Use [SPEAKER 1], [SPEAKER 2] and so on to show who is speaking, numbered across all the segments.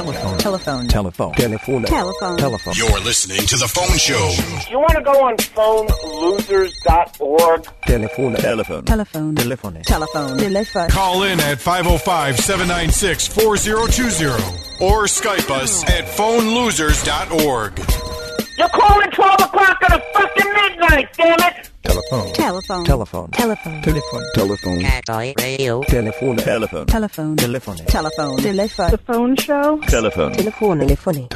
[SPEAKER 1] Telephone.
[SPEAKER 2] Telephone.
[SPEAKER 3] Telephone.
[SPEAKER 1] Telephone.
[SPEAKER 2] Telephone.
[SPEAKER 4] You're listening to The Phone Show.
[SPEAKER 5] You want to go on phonelosers.org?
[SPEAKER 3] Telephone.
[SPEAKER 2] Telephone.
[SPEAKER 1] Telephone.
[SPEAKER 2] Telephone.
[SPEAKER 1] Telephone. Telephone.
[SPEAKER 4] Call in at 505 796 4020 or Skype us at phonelosers.org.
[SPEAKER 5] You're calling 12 o'clock on a fucking midnight, damn it!
[SPEAKER 3] Telephone.
[SPEAKER 1] Telephone.
[SPEAKER 2] Telephone.
[SPEAKER 1] Telephone.
[SPEAKER 2] Telephone.
[SPEAKER 3] Telephone.
[SPEAKER 6] Catholic radio.
[SPEAKER 3] Telephone.
[SPEAKER 2] Telephone.
[SPEAKER 1] Telephone.
[SPEAKER 2] Telephone.
[SPEAKER 1] Telephone. Telephone.
[SPEAKER 7] The phone show?
[SPEAKER 2] Telephone.
[SPEAKER 1] Telephone.
[SPEAKER 3] Telephone.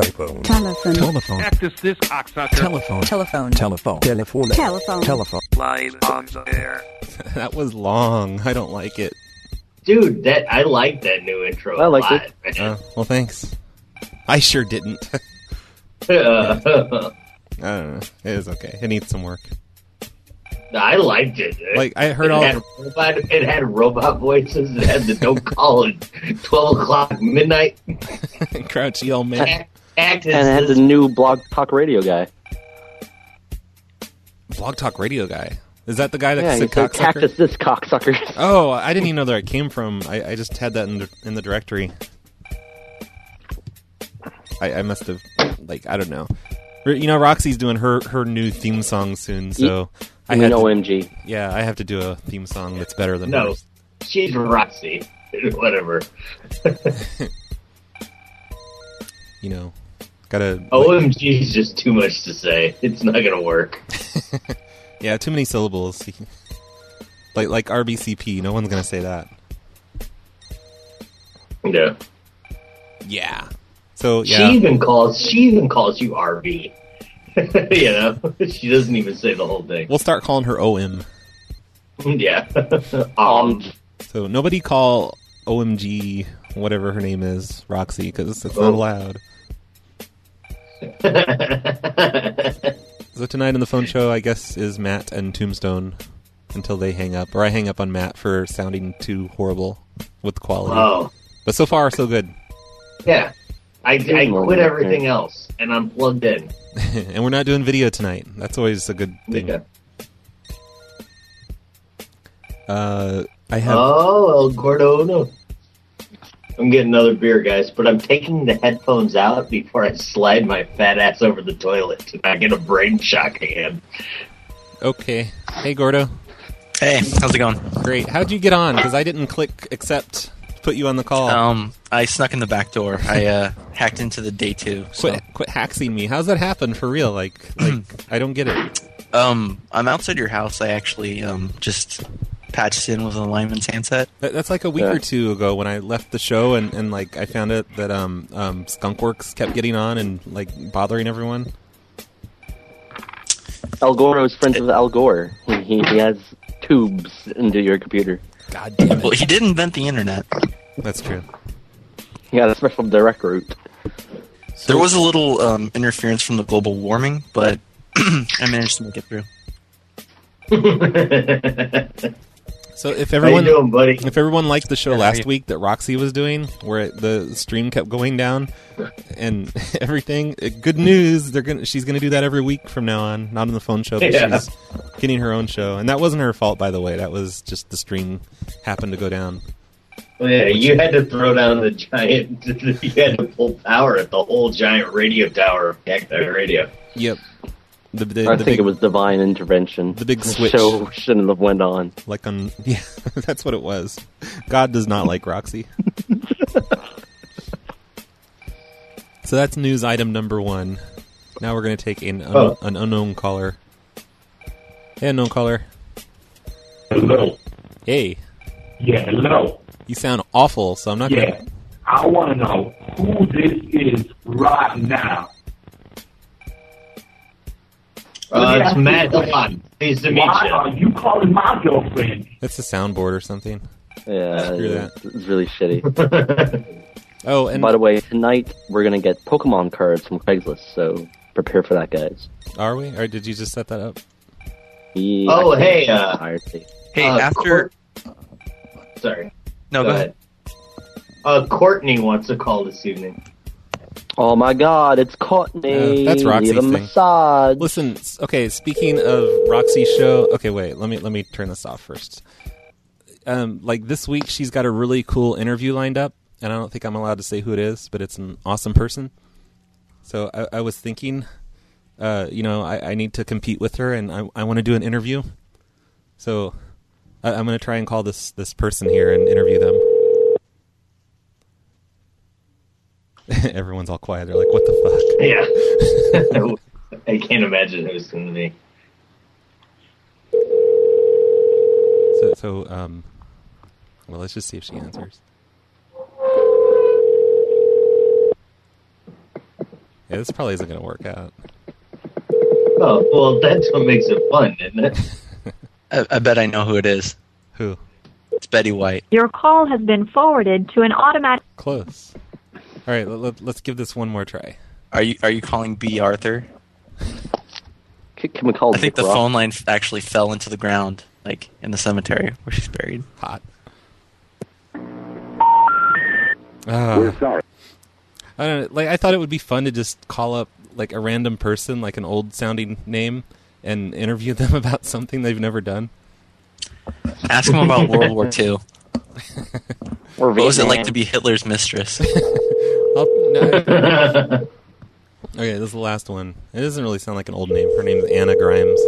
[SPEAKER 1] Telephone.
[SPEAKER 2] Telephone.
[SPEAKER 8] Practice this, cocksucker.
[SPEAKER 2] Telephone.
[SPEAKER 1] Telephone.
[SPEAKER 2] Telephone.
[SPEAKER 3] Telephone.
[SPEAKER 1] Telephone.
[SPEAKER 2] Telephone.
[SPEAKER 8] Live on the air.
[SPEAKER 9] That was long. I don't like it.
[SPEAKER 10] Dude, that I like that new intro.
[SPEAKER 9] I liked
[SPEAKER 10] like
[SPEAKER 9] Uh,
[SPEAKER 10] lot,
[SPEAKER 9] well, thanks. I sure didn't.
[SPEAKER 10] man.
[SPEAKER 9] I don't know. It was okay. It needs some work.
[SPEAKER 10] I liked it. dude.
[SPEAKER 9] Like I heard
[SPEAKER 10] it
[SPEAKER 9] all.
[SPEAKER 10] had robot, it had robot voices. It had the no call at twelve o'clock midnight.
[SPEAKER 9] Crouchy old man.
[SPEAKER 10] Act, act
[SPEAKER 11] and it had
[SPEAKER 10] as
[SPEAKER 11] the
[SPEAKER 10] this-
[SPEAKER 11] new blog talk radio guy.
[SPEAKER 9] Blog Talk Radio guy. Is that the guy that
[SPEAKER 11] Yeah, he
[SPEAKER 9] said
[SPEAKER 11] said,
[SPEAKER 9] cocksucker?
[SPEAKER 11] cactus this cocksucker.
[SPEAKER 9] Oh, I didn't even know where it came from. I, I just had that in the, in the directory. I, I must have, like, I don't know. R- You know, Roxy's doing her, her new theme song soon, so I
[SPEAKER 11] I
[SPEAKER 9] had
[SPEAKER 11] mean,
[SPEAKER 9] to,
[SPEAKER 11] OMG.
[SPEAKER 9] yeah, I have to do a theme song that's better than
[SPEAKER 10] No.
[SPEAKER 9] hers.
[SPEAKER 10] she's Roxy. Whatever.
[SPEAKER 9] You know, gotta
[SPEAKER 10] Oh.
[SPEAKER 9] like,
[SPEAKER 10] OMG is just too much to say. It's not gonna work.
[SPEAKER 9] yeah, too many syllables. like like RBCP, no one's gonna say that.
[SPEAKER 10] No.
[SPEAKER 9] Yeah. So
[SPEAKER 10] She
[SPEAKER 9] yeah,
[SPEAKER 10] even calls. She even calls you RV. you know, she doesn't even say the whole thing.
[SPEAKER 9] we'll start calling her OM.
[SPEAKER 10] Yeah. um.
[SPEAKER 9] So nobody call OMG whatever her name is Roxy because it's not
[SPEAKER 10] Oh.
[SPEAKER 9] allowed. So tonight on the phone show, I guess is Matt and Tombstone until they hang up, or I hang up on Matt for sounding too horrible with quality.
[SPEAKER 10] oh.
[SPEAKER 9] But so far, so good,
[SPEAKER 10] Yeah. I, I
[SPEAKER 11] Lord,
[SPEAKER 10] quit
[SPEAKER 11] okay.
[SPEAKER 10] everything else and I'm plugged in.
[SPEAKER 9] and we're not doing video tonight. That's always a good thing.
[SPEAKER 10] Yeah.
[SPEAKER 9] Uh, I have
[SPEAKER 10] Oh, El Gordo Uno. I'm getting another beer, guys, but I'm taking the headphones out before I slide my fat ass over the toilet and I get a brain shock again.
[SPEAKER 9] okay. Hey, Gordo.
[SPEAKER 12] Hey, how's it going?
[SPEAKER 9] Great. How'd you get on? Because I didn't click accept to put you on the call.
[SPEAKER 10] Oh.
[SPEAKER 12] Um, I snuck in the back door. I uh, hacked into the day two. So,
[SPEAKER 9] quit, quit haxing me. How's that happen for real? Like, like I don't get it.
[SPEAKER 12] um, I'm outside your house. I actually um just patched in with an alignment's handset.
[SPEAKER 9] That, that's like a week
[SPEAKER 11] Yeah.
[SPEAKER 9] or two ago when I left the show and, and like I found out that um um Skunkworks kept getting on and like bothering everyone.
[SPEAKER 11] Al Gore was friends with Al Gore. He, he, he has tubes into your computer.
[SPEAKER 9] God damn
[SPEAKER 12] Well, he did invent the internet.
[SPEAKER 9] That's true.
[SPEAKER 11] He got a special direct route.
[SPEAKER 12] There was a little um, interference from the global warming, but I managed to make it through.
[SPEAKER 9] So if
[SPEAKER 10] How you
[SPEAKER 9] everyone
[SPEAKER 10] doing, buddy?
[SPEAKER 9] if everyone liked the show
[SPEAKER 12] How are
[SPEAKER 9] last
[SPEAKER 12] you?
[SPEAKER 9] week that Roxy was doing, where it, the stream kept going down and everything, eh, good news. They're gonna she's gonna do that every week from now on. Not on the phone show, but
[SPEAKER 10] Yeah.
[SPEAKER 9] she's getting her own show, and that wasn't her fault, by the way. That was just the stream happened to go down.
[SPEAKER 10] Yeah, you had to throw down the giant. You had to pull power at the whole giant radio tower of Cacti Radio.
[SPEAKER 9] Yep. The, the,
[SPEAKER 11] I think
[SPEAKER 9] the big,
[SPEAKER 11] it was divine intervention.
[SPEAKER 9] the big
[SPEAKER 11] The
[SPEAKER 9] switch.
[SPEAKER 11] show shouldn't have went on.
[SPEAKER 9] like on yeah, that's what it was. God does not like Roxy. so that's news item number one. Now we're gonna take an un-
[SPEAKER 10] Oh.
[SPEAKER 9] an unknown caller. Hey, unknown caller.
[SPEAKER 8] Hello.
[SPEAKER 9] Hey,
[SPEAKER 8] Yeah, hello.
[SPEAKER 9] you sound awful. So I'm not gonna.
[SPEAKER 8] Yeah. I want to know who this is right now.
[SPEAKER 10] Uh,
[SPEAKER 8] Yeah.
[SPEAKER 10] it's Matt Delon. Pleased to meet
[SPEAKER 8] Why
[SPEAKER 10] you.
[SPEAKER 8] are you calling my girlfriend?
[SPEAKER 9] That's a soundboard or something.
[SPEAKER 11] Yeah,
[SPEAKER 9] Screw
[SPEAKER 11] it was, it was really shitty.
[SPEAKER 9] Oh, and
[SPEAKER 11] By the way, tonight we're gonna get Pokemon cards from Craigslist, so prepare for that, guys.
[SPEAKER 9] are we? Or did you just set that up?
[SPEAKER 11] He-
[SPEAKER 10] Oh,
[SPEAKER 11] I can't
[SPEAKER 10] hey, uh,
[SPEAKER 11] hire me.
[SPEAKER 12] Hey,
[SPEAKER 10] Uh,
[SPEAKER 12] after
[SPEAKER 10] Court- Sorry.
[SPEAKER 12] no, go ahead.
[SPEAKER 10] Uh, Courtney wants a call this evening.
[SPEAKER 11] oh my God, it's Courtney.
[SPEAKER 9] Yeah, that's Roxy's
[SPEAKER 11] Leave a
[SPEAKER 9] thing.
[SPEAKER 11] massage.
[SPEAKER 9] Listen, s- okay, speaking of Roxy's show, okay, wait, let me let me turn this off first. Um, like this week she's got a really cool interview lined up and I don't think I'm allowed to say who it is, but it's an awesome person. So I, I was thinking, uh, you know, I, I need to compete with her, and I, I want to do an interview. So I, I'm going to try and call this this person here and interview them. Everyone's all quiet. They're like, "What the fuck?"
[SPEAKER 10] Yeah. I can't imagine who's going to be.
[SPEAKER 9] So, so um, well, let's just see if she answers. Yeah, this probably isn't going to work out.
[SPEAKER 10] Oh, well, that's what makes it fun, isn't it?
[SPEAKER 12] I, I bet I know who it is.
[SPEAKER 9] Who?
[SPEAKER 12] It's Betty White.
[SPEAKER 2] Your call has been forwarded to an automatic.
[SPEAKER 9] Close. All right, let, let, us give this one more try.
[SPEAKER 12] Are you are you calling B Arthur?
[SPEAKER 11] C- Can we call
[SPEAKER 12] I think
[SPEAKER 11] Dick
[SPEAKER 12] the
[SPEAKER 11] Ross?
[SPEAKER 12] phone line f- actually fell into the ground, like in the cemetery where she's buried.
[SPEAKER 9] Hot. Ah.
[SPEAKER 3] sorry.
[SPEAKER 9] I don't know, like. I thought it would be fun to just call up like a random person, like an old sounding name, and interview them about something they've never done.
[SPEAKER 12] Ask him about World War II.
[SPEAKER 11] Or
[SPEAKER 12] What was it
[SPEAKER 11] Vietnam.
[SPEAKER 12] like to be Hitler's mistress?
[SPEAKER 9] I'll, no, Okay, this is the last one. It doesn't really sound like an old name. Her name is Anna Grimes.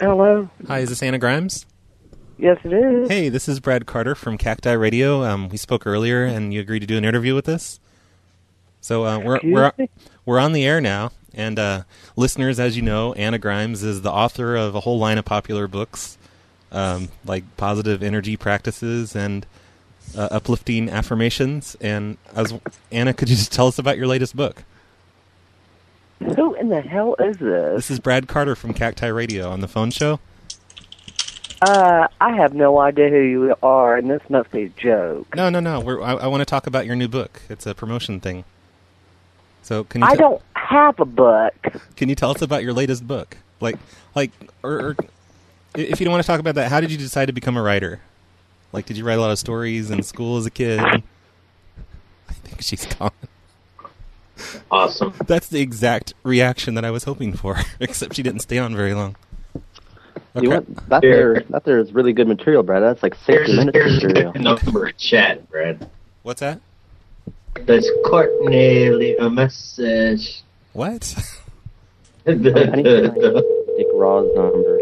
[SPEAKER 5] Hello.
[SPEAKER 9] Hi, is this Anna Grimes?
[SPEAKER 5] Yes, it is.
[SPEAKER 9] Hey, this is Brad Carter from Cacti Radio. Um, we spoke earlier, and you agreed to do an interview with us. So uh, we're we're
[SPEAKER 5] Excuse
[SPEAKER 9] we're on the air now, and uh, listeners, as you know, Anna Grimes is the author of a whole line of popular books, um, like Positive Energy Practices and uh, Uplifting Affirmations. And as Anna, could you just tell us about your latest book?
[SPEAKER 5] Who in the hell is this?
[SPEAKER 9] This is Brad Carter from Cacti Radio on the phone show.
[SPEAKER 5] Uh, I have no idea who you are, and this must be a joke.
[SPEAKER 9] No, no, no. We're, I, I want to talk about your new book. It's a promotion thing. So can you
[SPEAKER 5] I
[SPEAKER 9] te-
[SPEAKER 5] don't have a book.
[SPEAKER 9] can you tell us about your latest book? Like, like, or, or i- if you don't want to talk about that, how did you decide to become a writer? Like, did you write a lot of stories in school as a kid? I think she's gone.
[SPEAKER 10] Awesome.
[SPEAKER 9] That's the exact reaction that I was hoping for, except she didn't stay on very long.
[SPEAKER 11] You
[SPEAKER 9] Okay.
[SPEAKER 11] want, that
[SPEAKER 10] Here.
[SPEAKER 11] there, that there is really good material, Brad. That's like
[SPEAKER 10] There's,
[SPEAKER 11] 60 minutes
[SPEAKER 10] there's a
[SPEAKER 11] material.
[SPEAKER 10] good number in chat, Brad.
[SPEAKER 9] What's that?
[SPEAKER 10] Does Courtney leave a message?
[SPEAKER 9] What?
[SPEAKER 10] The-
[SPEAKER 11] I need to
[SPEAKER 10] the-
[SPEAKER 11] find Dick Raw's number.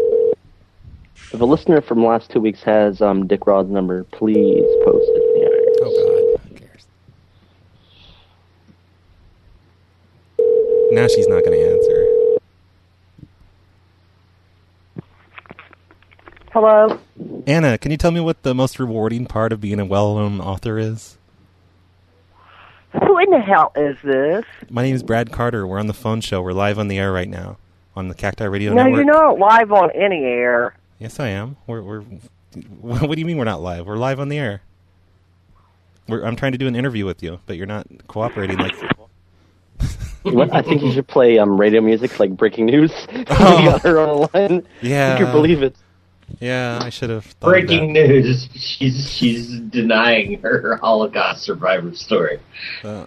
[SPEAKER 11] If a listener from last two weeks has um, Dick Raw's number, please post it. Yeah.
[SPEAKER 9] Oh God, who cares? Now she's not going to answer.
[SPEAKER 5] Hello.
[SPEAKER 9] Anna, can you tell me what the most rewarding part of being a well-known author is?
[SPEAKER 5] Who in the hell is this?
[SPEAKER 9] My name is Brad Carter. We're on the phone show. We're live on the air right now on the Cacti Radio
[SPEAKER 5] no,
[SPEAKER 9] Network.
[SPEAKER 5] you're not live on any air.
[SPEAKER 9] Yes, I am. We're, we're. What do you mean we're not live? We're live on the air. We're, I'm trying to do an interview with you, but you're not cooperating. Like,
[SPEAKER 11] What- I think you should play um, radio music, like breaking news. we got her on the line.
[SPEAKER 9] Yeah.
[SPEAKER 11] You can believe it.
[SPEAKER 9] yeah, I should have. thought of
[SPEAKER 10] Breaking news. She's she's denying her Holocaust survivor story.
[SPEAKER 9] that. Uh,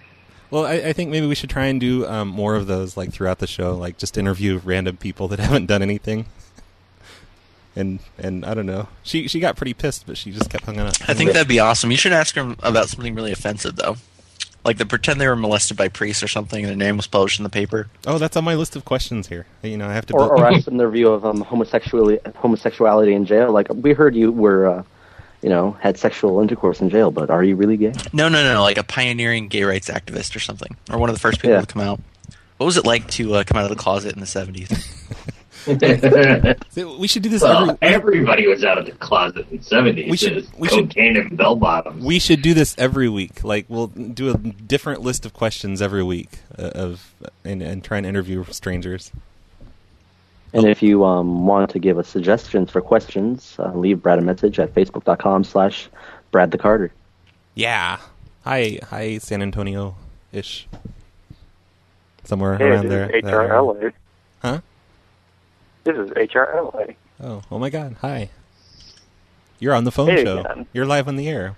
[SPEAKER 9] well, I, I think maybe we should try and do um, more of those, like throughout the show, like just interview random people that haven't done anything. And and I don't know. She she got pretty pissed, but she just kept hanging up.
[SPEAKER 12] I think that'd be awesome. You should ask her about something really offensive, though. Like the pretend they were molested by priests or something, and their name was published in the paper.
[SPEAKER 9] Oh, that's on my list of questions here. You know, I have to.
[SPEAKER 11] Or,
[SPEAKER 9] build-
[SPEAKER 11] or ask them their view of um, homosexuality, homosexuality in jail. Like we heard you were, uh, you know, had sexual intercourse in jail, but are you really gay?
[SPEAKER 12] No, no, no, like a pioneering gay rights activist or something, or one of the first people
[SPEAKER 11] Yeah.
[SPEAKER 12] to come out. What was it like to uh, come out of the closet in the seventies?
[SPEAKER 9] So we should do this.
[SPEAKER 10] well,
[SPEAKER 9] every,
[SPEAKER 10] everybody was out of the closet in the seventies.
[SPEAKER 9] We should-
[SPEAKER 10] It was
[SPEAKER 9] we should-
[SPEAKER 10] cocaine and bell bottoms.
[SPEAKER 9] we should do this every week. Like we'll do a different list of questions every week uh, of and, and try and interview strangers.
[SPEAKER 11] And if you um, want to give us suggestions for questions, uh, leave Brad a message at facebook.com slash Brad the Carter.
[SPEAKER 9] Yeah. Hi, hi, San Antonio ish. Somewhere
[SPEAKER 3] Hey,
[SPEAKER 9] around
[SPEAKER 3] this
[SPEAKER 9] there.
[SPEAKER 3] is
[SPEAKER 9] that area.
[SPEAKER 3] HRLA.
[SPEAKER 9] Huh?
[SPEAKER 3] This is HRLA.
[SPEAKER 9] Oh, oh my God! Hi. You're on the phone
[SPEAKER 3] Hey
[SPEAKER 9] show.
[SPEAKER 3] again.
[SPEAKER 9] You're live on the air.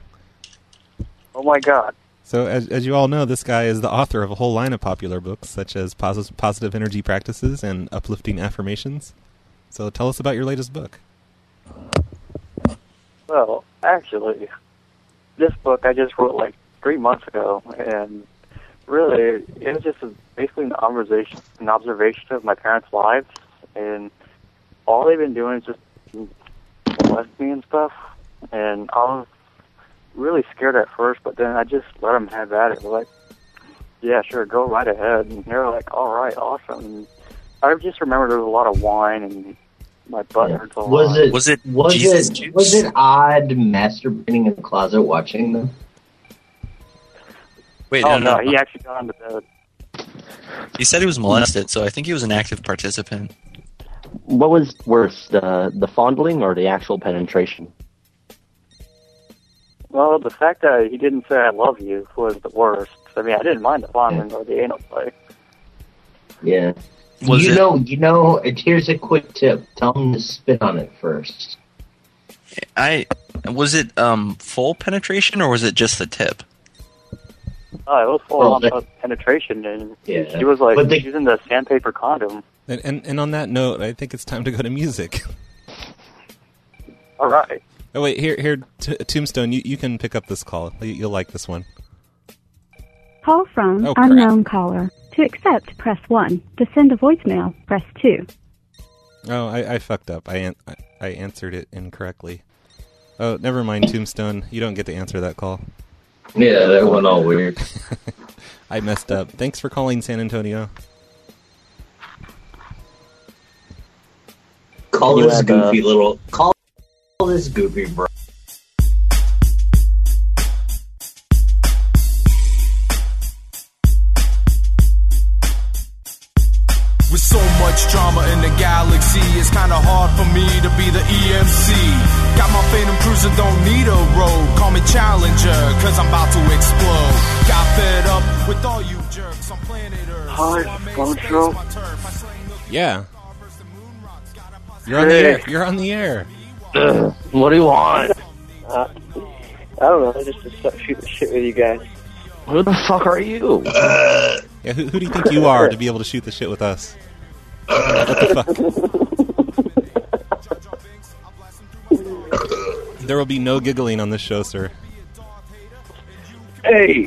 [SPEAKER 3] Oh my god.
[SPEAKER 9] So, as, as you all know, this guy is the author of a whole line of popular books, such as Posi- Positive Energy Practices and Uplifting Affirmations. So, tell us about your latest book.
[SPEAKER 3] Well, actually, this book I just wrote like three months ago, and really it was just a, basically an observation, an observation of my parents' lives, and all they've been doing is just molesting me and stuff. And I was really scared at first, but then I just let them have at it. Like, yeah, sure, go right ahead. And they were like, all right, awesome. And I just remember there was a lot of wine and my butt hurts a lot.
[SPEAKER 7] Was it
[SPEAKER 12] Was it
[SPEAKER 7] was
[SPEAKER 12] Jesus
[SPEAKER 7] it
[SPEAKER 12] juice?
[SPEAKER 7] was it odd masturbating in the closet watching them?
[SPEAKER 12] Wait,
[SPEAKER 3] Oh
[SPEAKER 12] no,
[SPEAKER 3] no, he actually got into bed.
[SPEAKER 12] He said he was molested, so I think he was an active participant.
[SPEAKER 11] What was worse, the the fondling or the actual penetration?
[SPEAKER 3] Well, the fact that he didn't say "I love you" was the worst. I mean, I didn't mind the fondling or the anal play.
[SPEAKER 7] Yeah.
[SPEAKER 12] Was
[SPEAKER 7] you
[SPEAKER 12] it-
[SPEAKER 7] know, you know. and Here's a quick tip: tell them to spit on it first.
[SPEAKER 12] I was it um full penetration or was it just the tip?
[SPEAKER 3] Oh, it was full
[SPEAKER 7] Well,
[SPEAKER 3] on
[SPEAKER 7] the-
[SPEAKER 3] of penetration, and
[SPEAKER 7] Yeah.
[SPEAKER 3] she was like
[SPEAKER 7] But the-
[SPEAKER 3] using the sandpaper condom.
[SPEAKER 9] And, and and on that note, I think it's time to go to music.
[SPEAKER 3] All right,
[SPEAKER 9] Oh wait, here here t- Tombstone, you, you can pick up this call. You, you'll like this one.
[SPEAKER 6] Call from
[SPEAKER 9] Oh, crap.
[SPEAKER 6] unknown caller. To accept, press 1. To send a voicemail, press 2.
[SPEAKER 9] Oh, I, I fucked up. I, an- I I answered it incorrectly. Oh, never mind, Tombstone. You don't get to answer that call.
[SPEAKER 7] Yeah, that went all weird.
[SPEAKER 9] I messed up. Thanks for calling San Antonio.
[SPEAKER 7] Call
[SPEAKER 11] You
[SPEAKER 7] this
[SPEAKER 11] had, uh,
[SPEAKER 7] goofy little. Call this goofy bro.
[SPEAKER 13] With so much drama in the galaxy, it's kinda hard for me to be the EMC. Got my Phantom Cruiser, don't need a road. Call me Challenger, cause I'm about to explode. Got fed up with all you jerks on planet Earth.
[SPEAKER 3] Hi,
[SPEAKER 13] I made
[SPEAKER 3] phone
[SPEAKER 13] space
[SPEAKER 3] show.
[SPEAKER 13] my turf. I slain the
[SPEAKER 9] Yeah. You're on the air. You're on the air.
[SPEAKER 11] What do you want?
[SPEAKER 3] Uh, I don't know, just to start shoot the shit with you guys.
[SPEAKER 11] Who the fuck are you?
[SPEAKER 9] Uh, Yeah, who, who do you think you are to be able to shoot the shit with us? What the fuck? there will be no giggling on this show, sir.
[SPEAKER 14] Hey,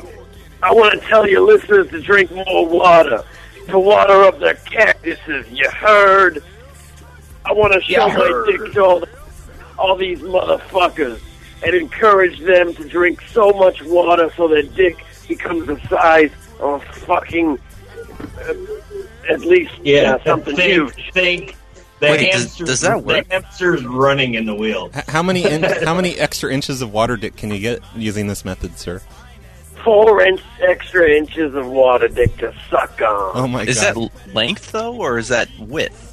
[SPEAKER 14] I want to tell your listeners to drink more water, to water up their cactuses. You heard? I want to show my dick to all, the, all these motherfuckers and encourage them to drink so much water so their dick becomes the size of a fucking, uh, at least
[SPEAKER 7] Yeah,
[SPEAKER 14] uh, something
[SPEAKER 7] think,
[SPEAKER 14] huge.
[SPEAKER 7] Think the
[SPEAKER 9] Wait, does-
[SPEAKER 7] hamster,
[SPEAKER 9] does that work?
[SPEAKER 7] The hamster's running in the wheel.
[SPEAKER 9] H- how many in- how many extra inches of water dick can you get using this method, sir?
[SPEAKER 14] Four inch, extra inches of water dick to suck on.
[SPEAKER 9] Oh my
[SPEAKER 12] is
[SPEAKER 9] god,
[SPEAKER 12] that length though, or is that width?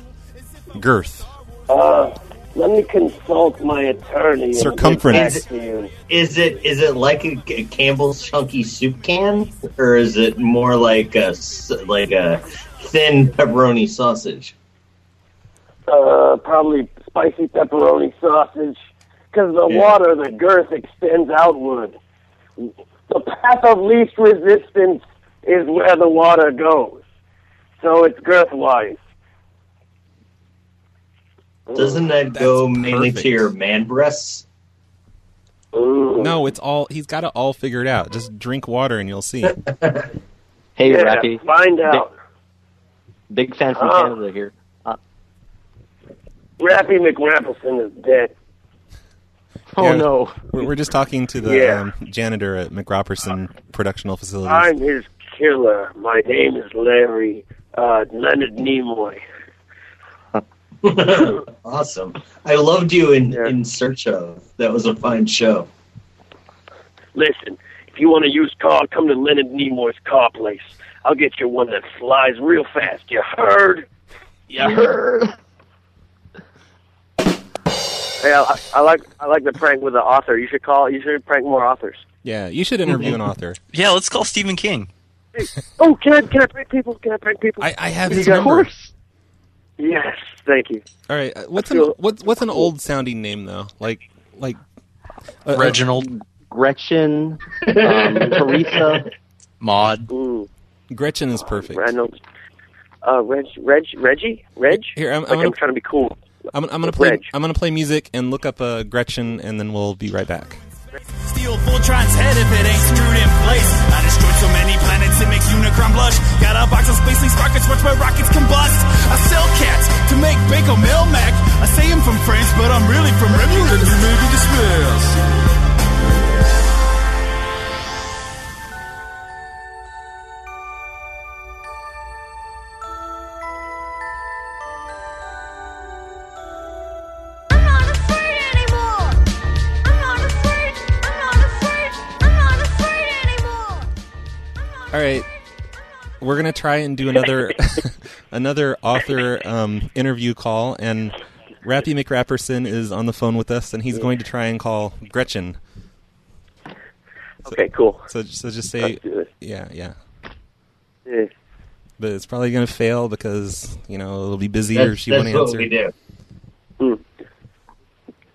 [SPEAKER 9] girth.
[SPEAKER 14] Uh, let me consult my attorney. and get
[SPEAKER 9] Circumference.
[SPEAKER 14] back to you.
[SPEAKER 7] Is it is it like a, a Campbell's chunky soup can, or is it more like a s- like a thin pepperoni sausage?
[SPEAKER 14] Uh, probably spicy pepperoni sausage, because the
[SPEAKER 7] Yeah.
[SPEAKER 14] water, the girth extends outward. The path of least resistance is where the water goes. So it's girth wise.
[SPEAKER 7] Doesn't that go mainly to your man breasts?
[SPEAKER 9] No, it's all he's got it all figured out. Just drink water and you'll see.
[SPEAKER 11] Hey,
[SPEAKER 14] yeah,
[SPEAKER 11] Rocky.
[SPEAKER 14] Find out.
[SPEAKER 11] Big fan from
[SPEAKER 14] Huh?
[SPEAKER 11] Canada here.
[SPEAKER 14] Rappy McRappleson is dead.
[SPEAKER 9] Yeah,
[SPEAKER 11] Oh no.
[SPEAKER 9] We're, we're just talking to the
[SPEAKER 14] Yeah.
[SPEAKER 9] um, janitor at McRobertson Productional Facilities.
[SPEAKER 14] I'm his killer. My name is Larry uh, Leonard Nimoy.
[SPEAKER 7] awesome. I loved you in in search of. That was a fine show.
[SPEAKER 14] Listen, if you want a used car, come to Leonard Nimoy's car place. I'll get you one that flies real fast. You heard? You heard?
[SPEAKER 3] Yeah, I, I like I like the prank with the author. You should call. You should prank more authors.
[SPEAKER 9] Yeah, you should interview an author.
[SPEAKER 12] Yeah, let's call Stephen King.
[SPEAKER 14] Oh, can I can I prank people? Can I prank people?
[SPEAKER 9] I, I have
[SPEAKER 14] You
[SPEAKER 9] his
[SPEAKER 14] got-
[SPEAKER 9] number.
[SPEAKER 14] Yes, thank you.
[SPEAKER 9] All right, uh, what's an what's what's an old sounding name though? Like like uh, uh,
[SPEAKER 12] Reginald,
[SPEAKER 11] Gretchen, um, Teresa.
[SPEAKER 12] Maud.
[SPEAKER 14] Ooh,
[SPEAKER 9] Gretchen is perfect.
[SPEAKER 14] Reynolds. Uh, Reg, Reg, Reggie, Reg.
[SPEAKER 9] Here, I'm- I'm
[SPEAKER 14] like
[SPEAKER 9] gonna-
[SPEAKER 14] I'm trying to be cool.
[SPEAKER 9] I'm, I'm gonna play.
[SPEAKER 14] Reg.
[SPEAKER 9] I'm gonna play music and look up uh, Gretchen, and then we'll be right back.
[SPEAKER 13] the old Voltron's head if it ain't screwed in place. I destroyed so many planets it makes Unicron blush. Got a box of space lease rockets, watch my rockets combust. I sell cats to make Baco Melmac. I say I'm from France, but I'm really from Remulus. You may be dismissed.
[SPEAKER 9] All right, we're gonna try and do another another author um, interview call, and Rappy McRapperson is on the phone with us, and he's going to try and call Gretchen.
[SPEAKER 14] Okay, cool.
[SPEAKER 9] So, so just say, yeah, yeah. But it's probably gonna fail because you know it'll be busy, or
[SPEAKER 10] That's,
[SPEAKER 9] she
[SPEAKER 10] that's
[SPEAKER 9] won't
[SPEAKER 10] what
[SPEAKER 9] answer.
[SPEAKER 10] we do.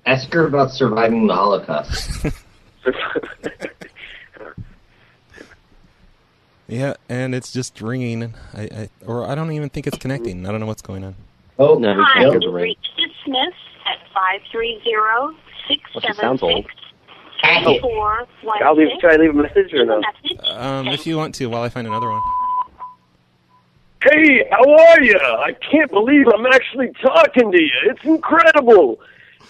[SPEAKER 10] Ask her about surviving the Holocaust.
[SPEAKER 9] Yeah, and it's just ringing. I, I or I don't even think it's connecting. I don't know what's going on.
[SPEAKER 10] Oh
[SPEAKER 9] no,
[SPEAKER 8] Hi, you've reached Smith at
[SPEAKER 14] Oh,
[SPEAKER 8] 530-676-2416.
[SPEAKER 14] I'll leave. Should I leave a message or no? Uh-huh.
[SPEAKER 9] Um, if you want to, while I find another one.
[SPEAKER 14] Hey, how are you? I can't believe I'm actually talking to you. It's incredible.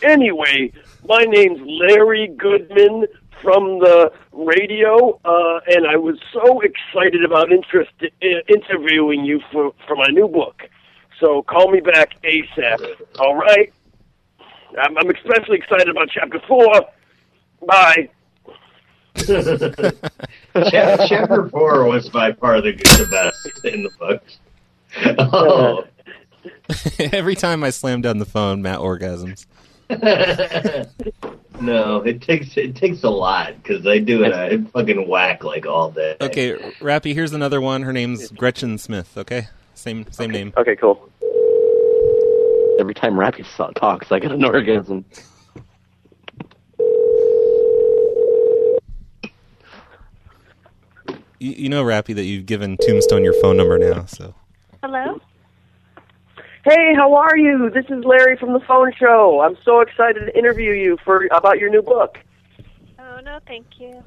[SPEAKER 14] Anyway, my name's Larry Goodman from the radio, uh, and I was so excited about interest uh, interviewing you for for my new book. So call me back ASAP. All right. I'm, I'm especially excited about chapter four. Bye.
[SPEAKER 10] Chap- Chapter four was by far the, the best in the book. Oh,
[SPEAKER 9] Every time I slam down the phone, Matt orgasms.
[SPEAKER 10] no, it takes it takes a lot because I do it. I fucking whack like all day.
[SPEAKER 9] Okay, Rappy, here's another one. Her name's Gretchen Smith. Okay, same same name.
[SPEAKER 14] Okay, cool.
[SPEAKER 11] Every time Rappy so- talks, I get an orgasm.
[SPEAKER 9] You, you know, Rappy, that you've given Tombstone your phone number now. So
[SPEAKER 8] Hello?
[SPEAKER 5] Hey, how are you? This is Larry from the phone show. I'm so excited to interview you for about your new book.
[SPEAKER 8] Oh, no, thank you.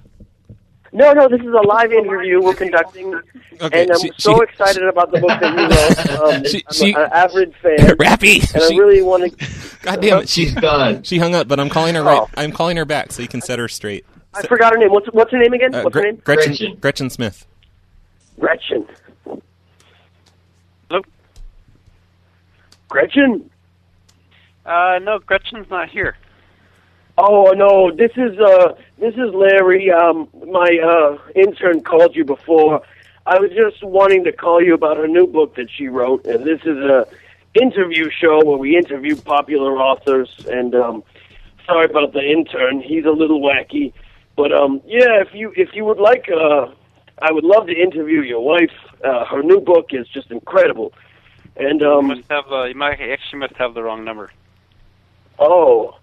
[SPEAKER 5] No, no, this is a live interview we're conducting,
[SPEAKER 8] Okay,
[SPEAKER 5] and um, I'm
[SPEAKER 8] she-
[SPEAKER 5] so
[SPEAKER 8] she-
[SPEAKER 5] excited about the book that you wrote. Um,
[SPEAKER 9] She-
[SPEAKER 5] I'm
[SPEAKER 9] she-
[SPEAKER 5] an average fan,
[SPEAKER 9] Rappy!
[SPEAKER 5] and I
[SPEAKER 9] She-
[SPEAKER 5] really want to.
[SPEAKER 9] God damn it, she's
[SPEAKER 10] gone.
[SPEAKER 9] She hung up, but I'm calling her right.
[SPEAKER 5] Oh.
[SPEAKER 9] I'm calling her back so you can set her straight.
[SPEAKER 5] I forgot her name. What's what's her name again?
[SPEAKER 9] Uh,
[SPEAKER 5] what's
[SPEAKER 9] Gre-
[SPEAKER 5] her name?
[SPEAKER 9] Gretchen Gretchen Smith.
[SPEAKER 14] Gretchen. Hello. Gretchen.
[SPEAKER 3] Uh, no, Gretchen's not here.
[SPEAKER 14] Oh no, this is uh this is Larry. Um my uh intern called you before. I was just wanting to call you about her new book that she wrote and this is a interview show where we interview popular authors and um sorry about the intern. He's a little wacky. But um yeah, if you if you would like uh I would love to interview your wife. Uh, her new book is just incredible. And um
[SPEAKER 3] you must have uh, you might actually must have the wrong number.
[SPEAKER 14] Oh,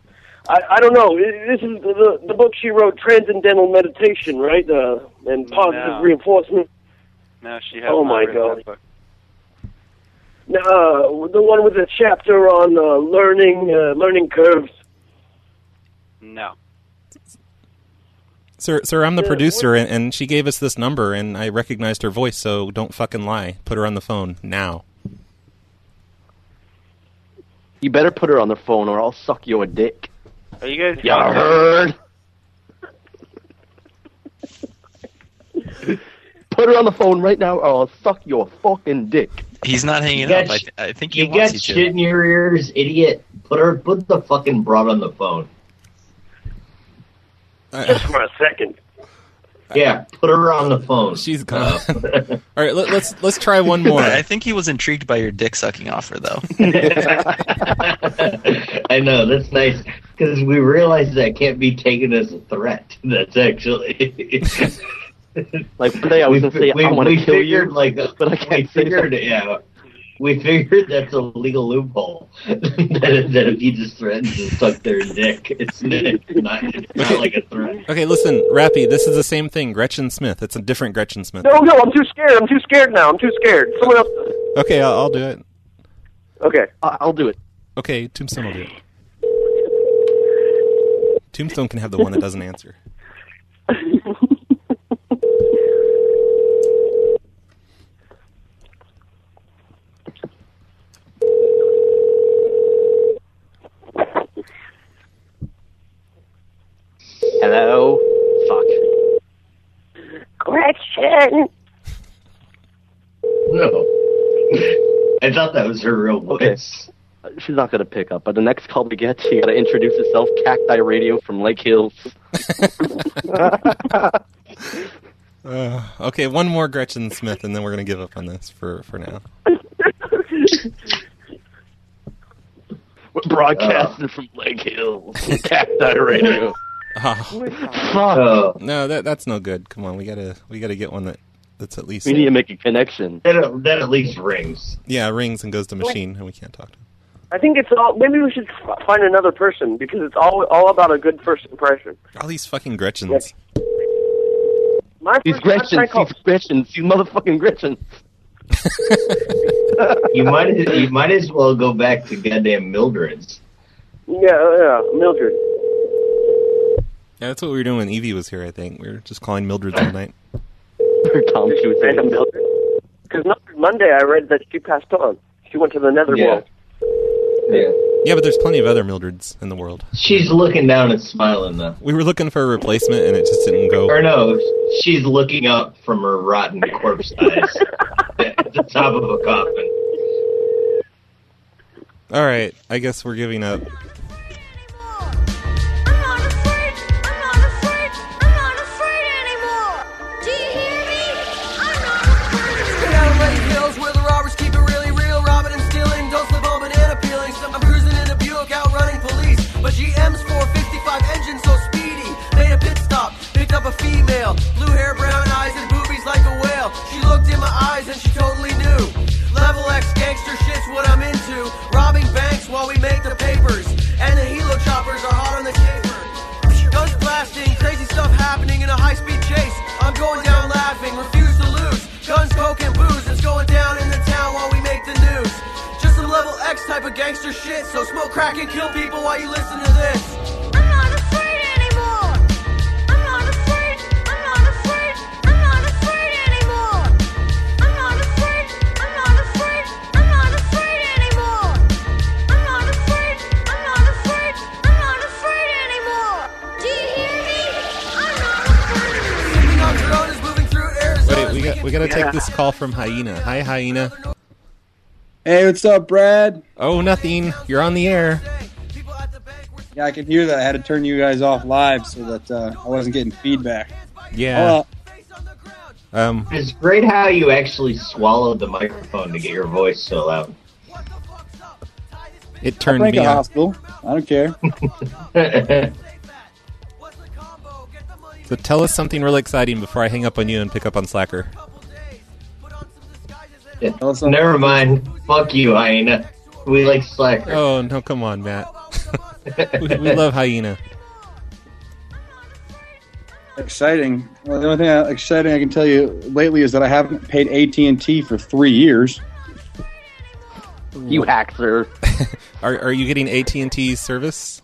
[SPEAKER 14] I, I don't know. I- This is the, the book she wrote, Transcendental Meditation, right? Uh, and Positive
[SPEAKER 3] No.
[SPEAKER 14] Reinforcement.
[SPEAKER 3] No, she has.
[SPEAKER 14] Oh,
[SPEAKER 3] not
[SPEAKER 14] my
[SPEAKER 3] written
[SPEAKER 14] God.
[SPEAKER 3] that book.
[SPEAKER 14] No, Uh, the one with the chapter on uh, learning, uh, learning curves.
[SPEAKER 3] No.
[SPEAKER 9] Sir, sir, I'm the
[SPEAKER 14] Uh,
[SPEAKER 9] producer, and, and she gave us this number, and I recognized her voice. So don't fucking lie. Put her on the phone now.
[SPEAKER 11] You better put her on the phone, or I'll suck you a dick.
[SPEAKER 3] Are you guys?
[SPEAKER 11] You heard? put her on the phone right now, or I'll suck your fucking dick.
[SPEAKER 12] He's not hanging
[SPEAKER 11] You
[SPEAKER 12] up.
[SPEAKER 11] got
[SPEAKER 12] I,
[SPEAKER 11] sh-
[SPEAKER 12] I think he
[SPEAKER 10] You
[SPEAKER 12] wants
[SPEAKER 10] got
[SPEAKER 12] you
[SPEAKER 10] shit
[SPEAKER 12] to.
[SPEAKER 10] in your ears, idiot. Put her, put the fucking broad on the phone.
[SPEAKER 14] Just for a second.
[SPEAKER 10] Yeah, put her on the phone.
[SPEAKER 9] She's gone. All right, let, let's let's try one more.
[SPEAKER 12] I think he was intrigued by your dick sucking offer, though.
[SPEAKER 10] I know that's nice because we realize that can't be taken as a threat. That's actually
[SPEAKER 11] like one day I was gonna say, "I wanna kill you,"
[SPEAKER 10] figured, like, but I can't. We figured, yeah, we figured that's a legal loophole. that, that if you just threaten to suck their dick, it's it's not, it's not like a threat.
[SPEAKER 9] Okay, listen, Rappy, this is the same thing. Gretchen Smith. It's a different Gretchen Smith.
[SPEAKER 14] No, no, I'm too scared. I'm too scared now. I'm too scared. Someone else.
[SPEAKER 9] Okay, I'll, I'll do it.
[SPEAKER 14] Okay.
[SPEAKER 11] I'll do it.
[SPEAKER 9] Okay, Tombstone will do it. Tombstone can have the one that doesn't answer.
[SPEAKER 14] Clinton.
[SPEAKER 10] No. I thought that was her real voice.
[SPEAKER 11] She's not going to pick up, but the next call we get, she got to introduce herself. Cacti Radio from Lake Hills.
[SPEAKER 9] Uh, okay, one more Gretchen Smith, and then we're gonna give up on this for for now.
[SPEAKER 8] We're broadcasting from Lake Hills, Cacti Radio.
[SPEAKER 10] Uh,
[SPEAKER 9] Oh. No, that that's no good. Come on, we gotta we gotta get one that that's at least
[SPEAKER 11] We need to make a connection.
[SPEAKER 10] That, that at least rings.
[SPEAKER 9] yeah rings and goes to machine, and we can't talk. to
[SPEAKER 14] I think it's all. Maybe we should f- find another person because it's all all about a good first impression.
[SPEAKER 9] All these fucking Gretchens.
[SPEAKER 14] My
[SPEAKER 11] These
[SPEAKER 14] first time I
[SPEAKER 11] Gretchens,
[SPEAKER 14] called-
[SPEAKER 11] these Gretchens, these motherfucking Gretchens.
[SPEAKER 10] You might you might as well go back to goddamn Mildred's.
[SPEAKER 14] Yeah, yeah, Mildred.
[SPEAKER 9] Yeah, that's what we were doing when Evie was here. I think we were just calling Mildred's all night.
[SPEAKER 11] Tom
[SPEAKER 14] Random Mildred. Because Monday I read that she passed on. She went to the Netherworld.
[SPEAKER 10] Yeah.
[SPEAKER 9] Yeah, but there's plenty of other Mildreds in the world.
[SPEAKER 10] She's looking down and smiling though.
[SPEAKER 9] We were looking for a replacement, and it just didn't go.
[SPEAKER 10] Or no, she's looking up from her rotten corpse eyes at the top of a coffin.
[SPEAKER 9] All right, I guess we're giving up.
[SPEAKER 15] Straight out of Lake Hills, where the robbers keep it really real, robbing and stealing. Don't slip on banana peeling. So I'm cruising in a Buick, outrunning police. My GM's 455 engine, so speedy. Made a pit stop, picked up a female, blue hair, brown eyes, and boobies like a whale. She looked in my eyes and she totally knew. Level X gangster shit's what I'm into. Robbing banks while we make the papers, and the helo choppers are hot on the caper. Guns blasting, crazy stuff happening in a high-speed chase. I'm going down laughing, refuse to lose. Guns, coke, and booze. It's going down in the town while we make the news. Just some level X type of gangster shit. So smoke crack and kill people while you listen to this. Sleeping on Coronas, moving through Arizona.
[SPEAKER 9] Wait, we got we got to
[SPEAKER 15] Yeah.
[SPEAKER 9] take this call from Hyena. Hi, Hyena.
[SPEAKER 16] Hey, what's up, Brad?
[SPEAKER 9] Oh, nothing. You're on the air.
[SPEAKER 16] Yeah, I could hear that. I had to turn you guys off live so that uh, I wasn't getting feedback.
[SPEAKER 9] Yeah.
[SPEAKER 16] Oh,
[SPEAKER 9] Um,
[SPEAKER 10] It's great how you actually swallowed the microphone to get your voice so loud.
[SPEAKER 9] It
[SPEAKER 16] I'll break a hospital. I don't care.
[SPEAKER 9] So tell us something really exciting before I hang up on you and pick up on Slacker.
[SPEAKER 10] Never mind. Fuck you, hyena. We like Slacker.
[SPEAKER 9] Oh no, come on, Matt. we, we love Hyena.
[SPEAKER 16] exciting. Well, the only thing I, exciting I can tell you lately is that I haven't paid AT and T for three years.
[SPEAKER 11] You hacker.
[SPEAKER 9] are are you getting AT and T service?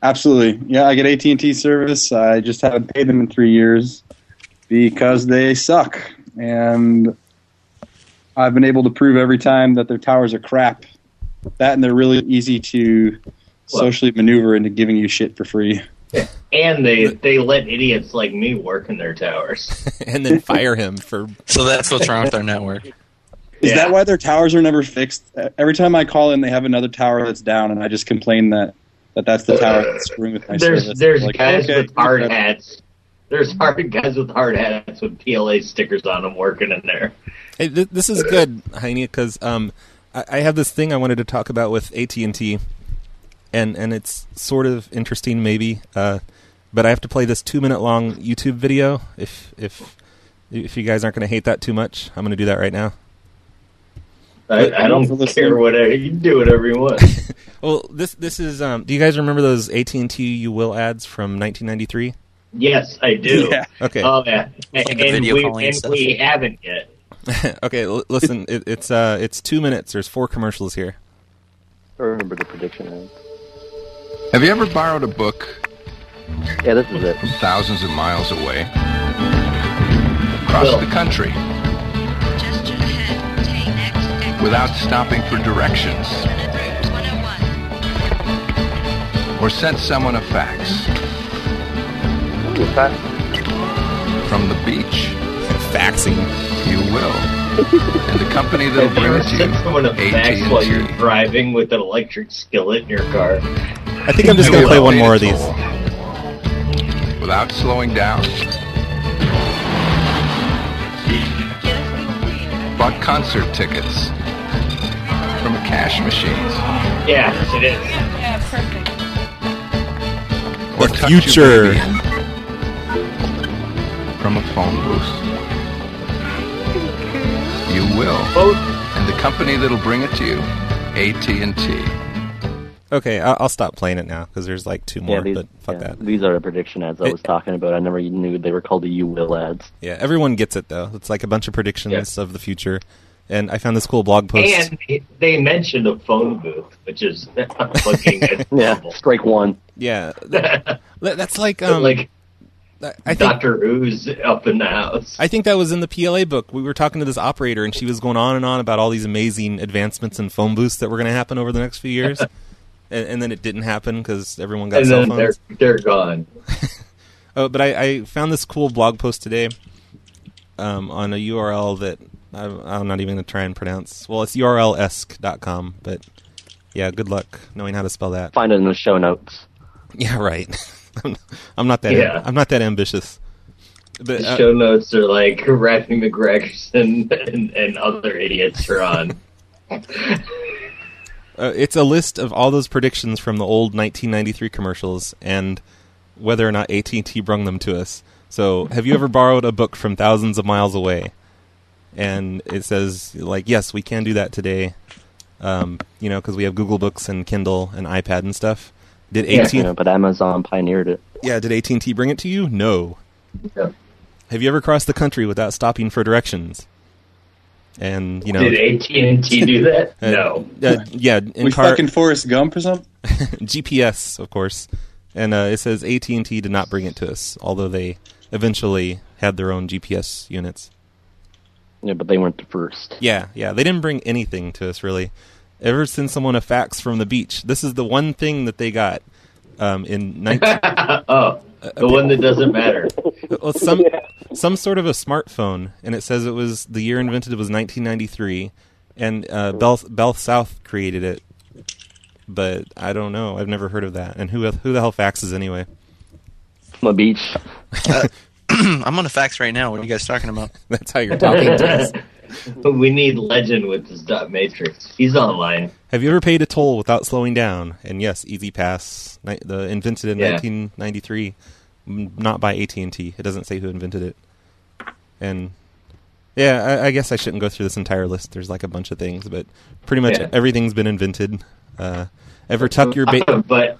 [SPEAKER 16] Absolutely. Yeah, I get AT and T service. I just haven't paid them in three years because they suck, and I've been able to prove every time that their towers are crap. That and they're really easy to socially maneuver into giving you shit for free.
[SPEAKER 10] And they they let idiots like me work in their towers.
[SPEAKER 9] and then fire him for.
[SPEAKER 12] So that's what's wrong with our network.
[SPEAKER 16] Is that why their towers are never fixed? Uh, Every time I call in, they have another tower that's down, and I just complain that, that that's the tower that's screwing with my
[SPEAKER 10] Uh, There's
[SPEAKER 16] service.
[SPEAKER 10] there's
[SPEAKER 16] Like,
[SPEAKER 10] guys
[SPEAKER 16] okay,
[SPEAKER 10] with hard
[SPEAKER 16] okay.
[SPEAKER 10] hats. There's hard guys with hard hats with PLA stickers on them working in there.
[SPEAKER 9] Hey, th- this is good, Heine, because um, I-, I have this thing I wanted to talk about with AT and T, and and it's sort of interesting, maybe. Uh, but I have to play this two-minute-long YouTube video. If if if you guys aren't going to hate that too much, I'm going to do that right now.
[SPEAKER 10] I, I don't care whatever you can do whatever you want.
[SPEAKER 9] Well, this this is. Um, do you guys remember those AT and T "You Will" ads from 1993?
[SPEAKER 10] yes, I do.
[SPEAKER 9] Yeah. Okay.
[SPEAKER 10] Oh yeah. And,
[SPEAKER 9] Like the video
[SPEAKER 10] we,
[SPEAKER 9] calling
[SPEAKER 10] and
[SPEAKER 9] stuff.
[SPEAKER 10] we haven't yet.
[SPEAKER 9] okay, l- listen. It, it's uh, it's two minutes. There's four commercials here.
[SPEAKER 11] I remember the prediction.
[SPEAKER 17] Have you ever borrowed a book?
[SPEAKER 11] Yeah, this is it.
[SPEAKER 17] From thousands of miles away, across the country, without stopping for directions, or sent someone a fax. From the beach,
[SPEAKER 9] faxing.
[SPEAKER 17] You will. And the company that'll
[SPEAKER 10] Have you
[SPEAKER 17] bring
[SPEAKER 10] ever
[SPEAKER 17] it to you,
[SPEAKER 10] sent someone a fax while
[SPEAKER 17] AT&T.
[SPEAKER 10] you're driving with an electric skillet in your car?
[SPEAKER 9] I think I'm just going to play one more of these.
[SPEAKER 17] without slowing down. Bought concert tickets from cash machines.
[SPEAKER 10] Yeah, it is.
[SPEAKER 17] Or touch your
[SPEAKER 9] future.
[SPEAKER 17] baby from a phone booth. You will. And the company that'll bring it to you, AT&T.
[SPEAKER 9] Okay, I- I'll stop playing it now because there's like two more.
[SPEAKER 11] yeah, these,
[SPEAKER 9] but fuck
[SPEAKER 11] yeah,
[SPEAKER 9] that.
[SPEAKER 11] these are the prediction ads I
[SPEAKER 9] It-
[SPEAKER 11] was talking about. I never knew they were called the You Will ads.
[SPEAKER 9] Yeah, everyone gets it though. It's like a bunch of predictions of the future. And I found this cool blog post.
[SPEAKER 10] And they mentioned a phone booth, which is fucking
[SPEAKER 11] yeah, strike one.
[SPEAKER 9] Yeah, that- that's like um,
[SPEAKER 10] like
[SPEAKER 9] I think-
[SPEAKER 10] Doctor Who's up in the house.
[SPEAKER 9] I think that was in the PLA book. We were talking to this operator, and she was going on and on about all these amazing advancements in phone booths that were going to happen over the next few years. and, and then it didn't happen because everyone got
[SPEAKER 10] and
[SPEAKER 9] cell
[SPEAKER 10] then
[SPEAKER 9] phones.
[SPEAKER 10] they're they're gone.
[SPEAKER 9] Oh, but I, I found this cool blog post today um, on a URL that I'm, I'm not even going to try and pronounce. Well, it's urlesque.com, but yeah, good luck knowing how to spell that.
[SPEAKER 11] Find it in the show notes.
[SPEAKER 9] Yeah, right. I'm, I'm not that.
[SPEAKER 10] Yeah.
[SPEAKER 9] I'm not that ambitious. But,
[SPEAKER 10] the
[SPEAKER 9] uh,
[SPEAKER 10] show notes are like rapping McGregor's and, and and other idiots are on.
[SPEAKER 9] Uh, it's a list of all those predictions from the old 1993 commercials and whether or not AT&T brung them to us. So, have you ever borrowed a book from thousands of miles away? And it says like, yes, we can do that today. Um, you know, because we have Google Books and Kindle and iPad and stuff. Did
[SPEAKER 11] Yeah,
[SPEAKER 9] AT?
[SPEAKER 11] you know, but Amazon pioneered it.
[SPEAKER 9] Yeah, did AT&T bring it to you? No. Have you ever crossed the country without stopping for directions? And you know,
[SPEAKER 10] Did AT&T do that?
[SPEAKER 9] Uh,
[SPEAKER 10] No.
[SPEAKER 9] uh, yeah, in
[SPEAKER 16] we
[SPEAKER 9] car-
[SPEAKER 16] fucking Forrest Gump or something?
[SPEAKER 9] GPS, of course, and uh, it says AT and T did not bring it to us, although they eventually had their own GPS units.
[SPEAKER 11] Yeah, but they weren't the first.
[SPEAKER 9] Yeah, yeah, they didn't bring anything to us really. Ever send someone a fax from the beach? This is the one thing that they got um, in 19-
[SPEAKER 10] oh, the one that doesn't matter.
[SPEAKER 9] well, some some sort of a smartphone, and it says it was the year invented was 1993, and uh, Bell Bell South created it. But I don't know. I've never heard of that. And who who the hell faxes anyway?
[SPEAKER 11] From the beach.
[SPEAKER 12] Hmm, I'm on a fax right now. What are you guys talking about?
[SPEAKER 9] That's how you're
[SPEAKER 10] But we need legend with this dot matrix. He's online.
[SPEAKER 9] Have you ever paid a toll without slowing down? And yes, Easy Pass, ni- the invented in
[SPEAKER 10] Yeah.
[SPEAKER 9] 1993, m- not by AT and T. It doesn't say who invented it. And yeah, I, I guess I shouldn't go through this entire list. There's like a bunch of things, but pretty much
[SPEAKER 10] Yeah.
[SPEAKER 9] everything's been invented. Uh, ever tuck your ba-
[SPEAKER 10] but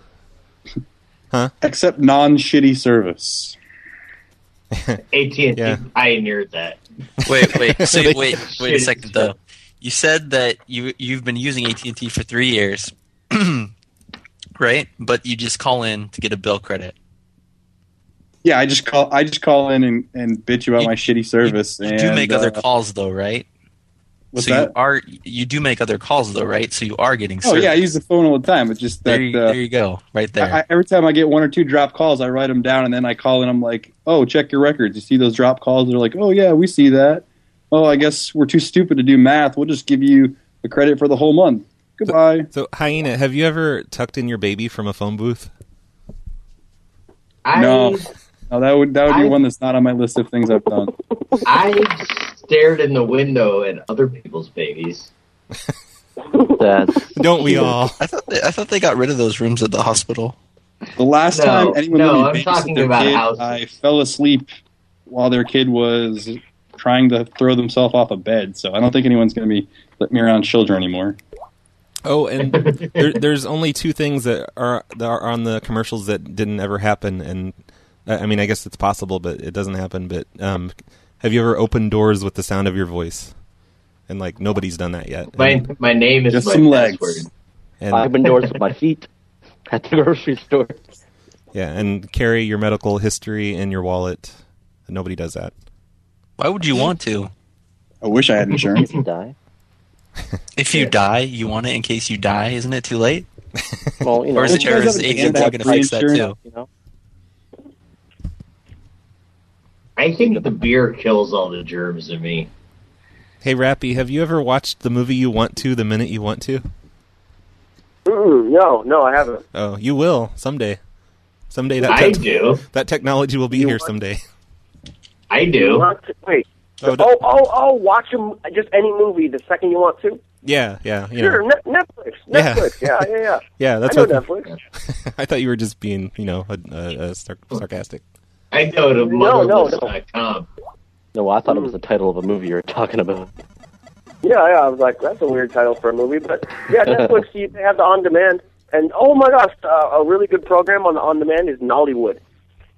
[SPEAKER 9] huh?
[SPEAKER 16] Except non-shitty service.
[SPEAKER 10] AT&T pioneered that.
[SPEAKER 12] Wait, wait, so,
[SPEAKER 10] They-
[SPEAKER 12] wait, wait a second though. You said that you you've been using AT and T for three years, right? But you just call in to get a bill credit.
[SPEAKER 16] Yeah, I just call. I just call in and, and bitch about my shitty service.
[SPEAKER 12] You
[SPEAKER 16] and,
[SPEAKER 12] do make other
[SPEAKER 16] uh,
[SPEAKER 12] calls though, right?
[SPEAKER 16] What's
[SPEAKER 12] so you
[SPEAKER 16] that?
[SPEAKER 12] are you do make other calls though, right? So you are getting.
[SPEAKER 16] Oh
[SPEAKER 12] served.
[SPEAKER 16] yeah, I use the phone all the time. It's just that
[SPEAKER 12] there, you,
[SPEAKER 16] uh,
[SPEAKER 12] there you go, right there.
[SPEAKER 16] I, I- every time I get one or two drop calls, I write them down and then I call and I'm like, "Oh, check your records. You see those drop calls? They're like, oh yeah, we see that. Oh, I guess we're too stupid to do math. We'll just give you the credit for the whole month. Goodbye."
[SPEAKER 9] So hyena, have you ever tucked in your baby from a phone booth?
[SPEAKER 10] I,
[SPEAKER 16] no, no, that would that would
[SPEAKER 10] I-
[SPEAKER 16] be one that's not on my list of things I've done.
[SPEAKER 10] I stared in the window at other people's babies.
[SPEAKER 11] That's
[SPEAKER 9] Don't we all?
[SPEAKER 12] I thought they, I thought they got rid of those rooms at the hospital.
[SPEAKER 16] The last
[SPEAKER 12] No,
[SPEAKER 16] time anyone
[SPEAKER 12] no,
[SPEAKER 16] let me
[SPEAKER 12] I'm
[SPEAKER 16] babysit
[SPEAKER 12] talking
[SPEAKER 16] their
[SPEAKER 12] about
[SPEAKER 16] kid,
[SPEAKER 12] houses.
[SPEAKER 16] I fell asleep while their kid was trying to throw themselves off a bed. So I don't think anyone's going to be letting me around children anymore.
[SPEAKER 9] Oh, and there, there's only two things that are that are on the commercials that didn't ever happen, and I I mean, I guess it's possible, but it doesn't happen. But um, have you ever opened doors with the sound of your voice? And like nobody's done that yet.
[SPEAKER 10] My
[SPEAKER 9] And-
[SPEAKER 10] my name is
[SPEAKER 9] Just
[SPEAKER 10] my
[SPEAKER 9] some legs.
[SPEAKER 10] password.
[SPEAKER 9] And-
[SPEAKER 11] I've been doors with my feet at the grocery store.
[SPEAKER 9] yeah, and carry your medical history in your wallet. Nobody does that.
[SPEAKER 12] Why would
[SPEAKER 16] Hmm?
[SPEAKER 12] you want to?
[SPEAKER 16] I wish I had insurance.
[SPEAKER 11] die?
[SPEAKER 12] If you die, you want it in case you die. Isn't it too late?
[SPEAKER 11] Well, you know,
[SPEAKER 12] or is,
[SPEAKER 11] Don't you guys
[SPEAKER 12] or is
[SPEAKER 11] have
[SPEAKER 12] AT&T
[SPEAKER 11] any
[SPEAKER 12] going to
[SPEAKER 11] anti-free
[SPEAKER 12] fix that
[SPEAKER 11] insurance?
[SPEAKER 12] too?
[SPEAKER 11] You know?
[SPEAKER 10] I think the beer kills all the germs in me.
[SPEAKER 9] Hey, Rappy, have you ever watched the movie you want to the minute you want to?
[SPEAKER 14] Mm-mm, no, no, I haven't.
[SPEAKER 9] Oh, you will someday. Someday that
[SPEAKER 10] I
[SPEAKER 9] tech-
[SPEAKER 10] do.
[SPEAKER 9] that technology will be here someday.
[SPEAKER 10] I
[SPEAKER 14] You want to- wait.
[SPEAKER 9] Oh,
[SPEAKER 14] Oh,
[SPEAKER 9] d-
[SPEAKER 14] oh, oh, Watch a m just any movie the second you want to.
[SPEAKER 9] Yeah, yeah, you
[SPEAKER 14] sure,
[SPEAKER 9] know.
[SPEAKER 14] Net- Netflix,
[SPEAKER 9] Yeah.
[SPEAKER 14] Netflix. Yeah, yeah, yeah.
[SPEAKER 9] Yeah, that's
[SPEAKER 14] I know
[SPEAKER 9] what-
[SPEAKER 14] Netflix.
[SPEAKER 9] I thought you were just being, you know, a, a, a sar- sarcastic.
[SPEAKER 10] I go to
[SPEAKER 14] No, no, no.
[SPEAKER 10] motherless.com.
[SPEAKER 11] No, I thought it was
[SPEAKER 18] Hmm.
[SPEAKER 11] the title of a movie you were talking about.
[SPEAKER 14] Yeah, yeah. I was like, that's a weird title for a movie, but yeah, Netflix. you, they have the on demand, and oh my gosh, uh, a really good program on the on demand is Nollywood.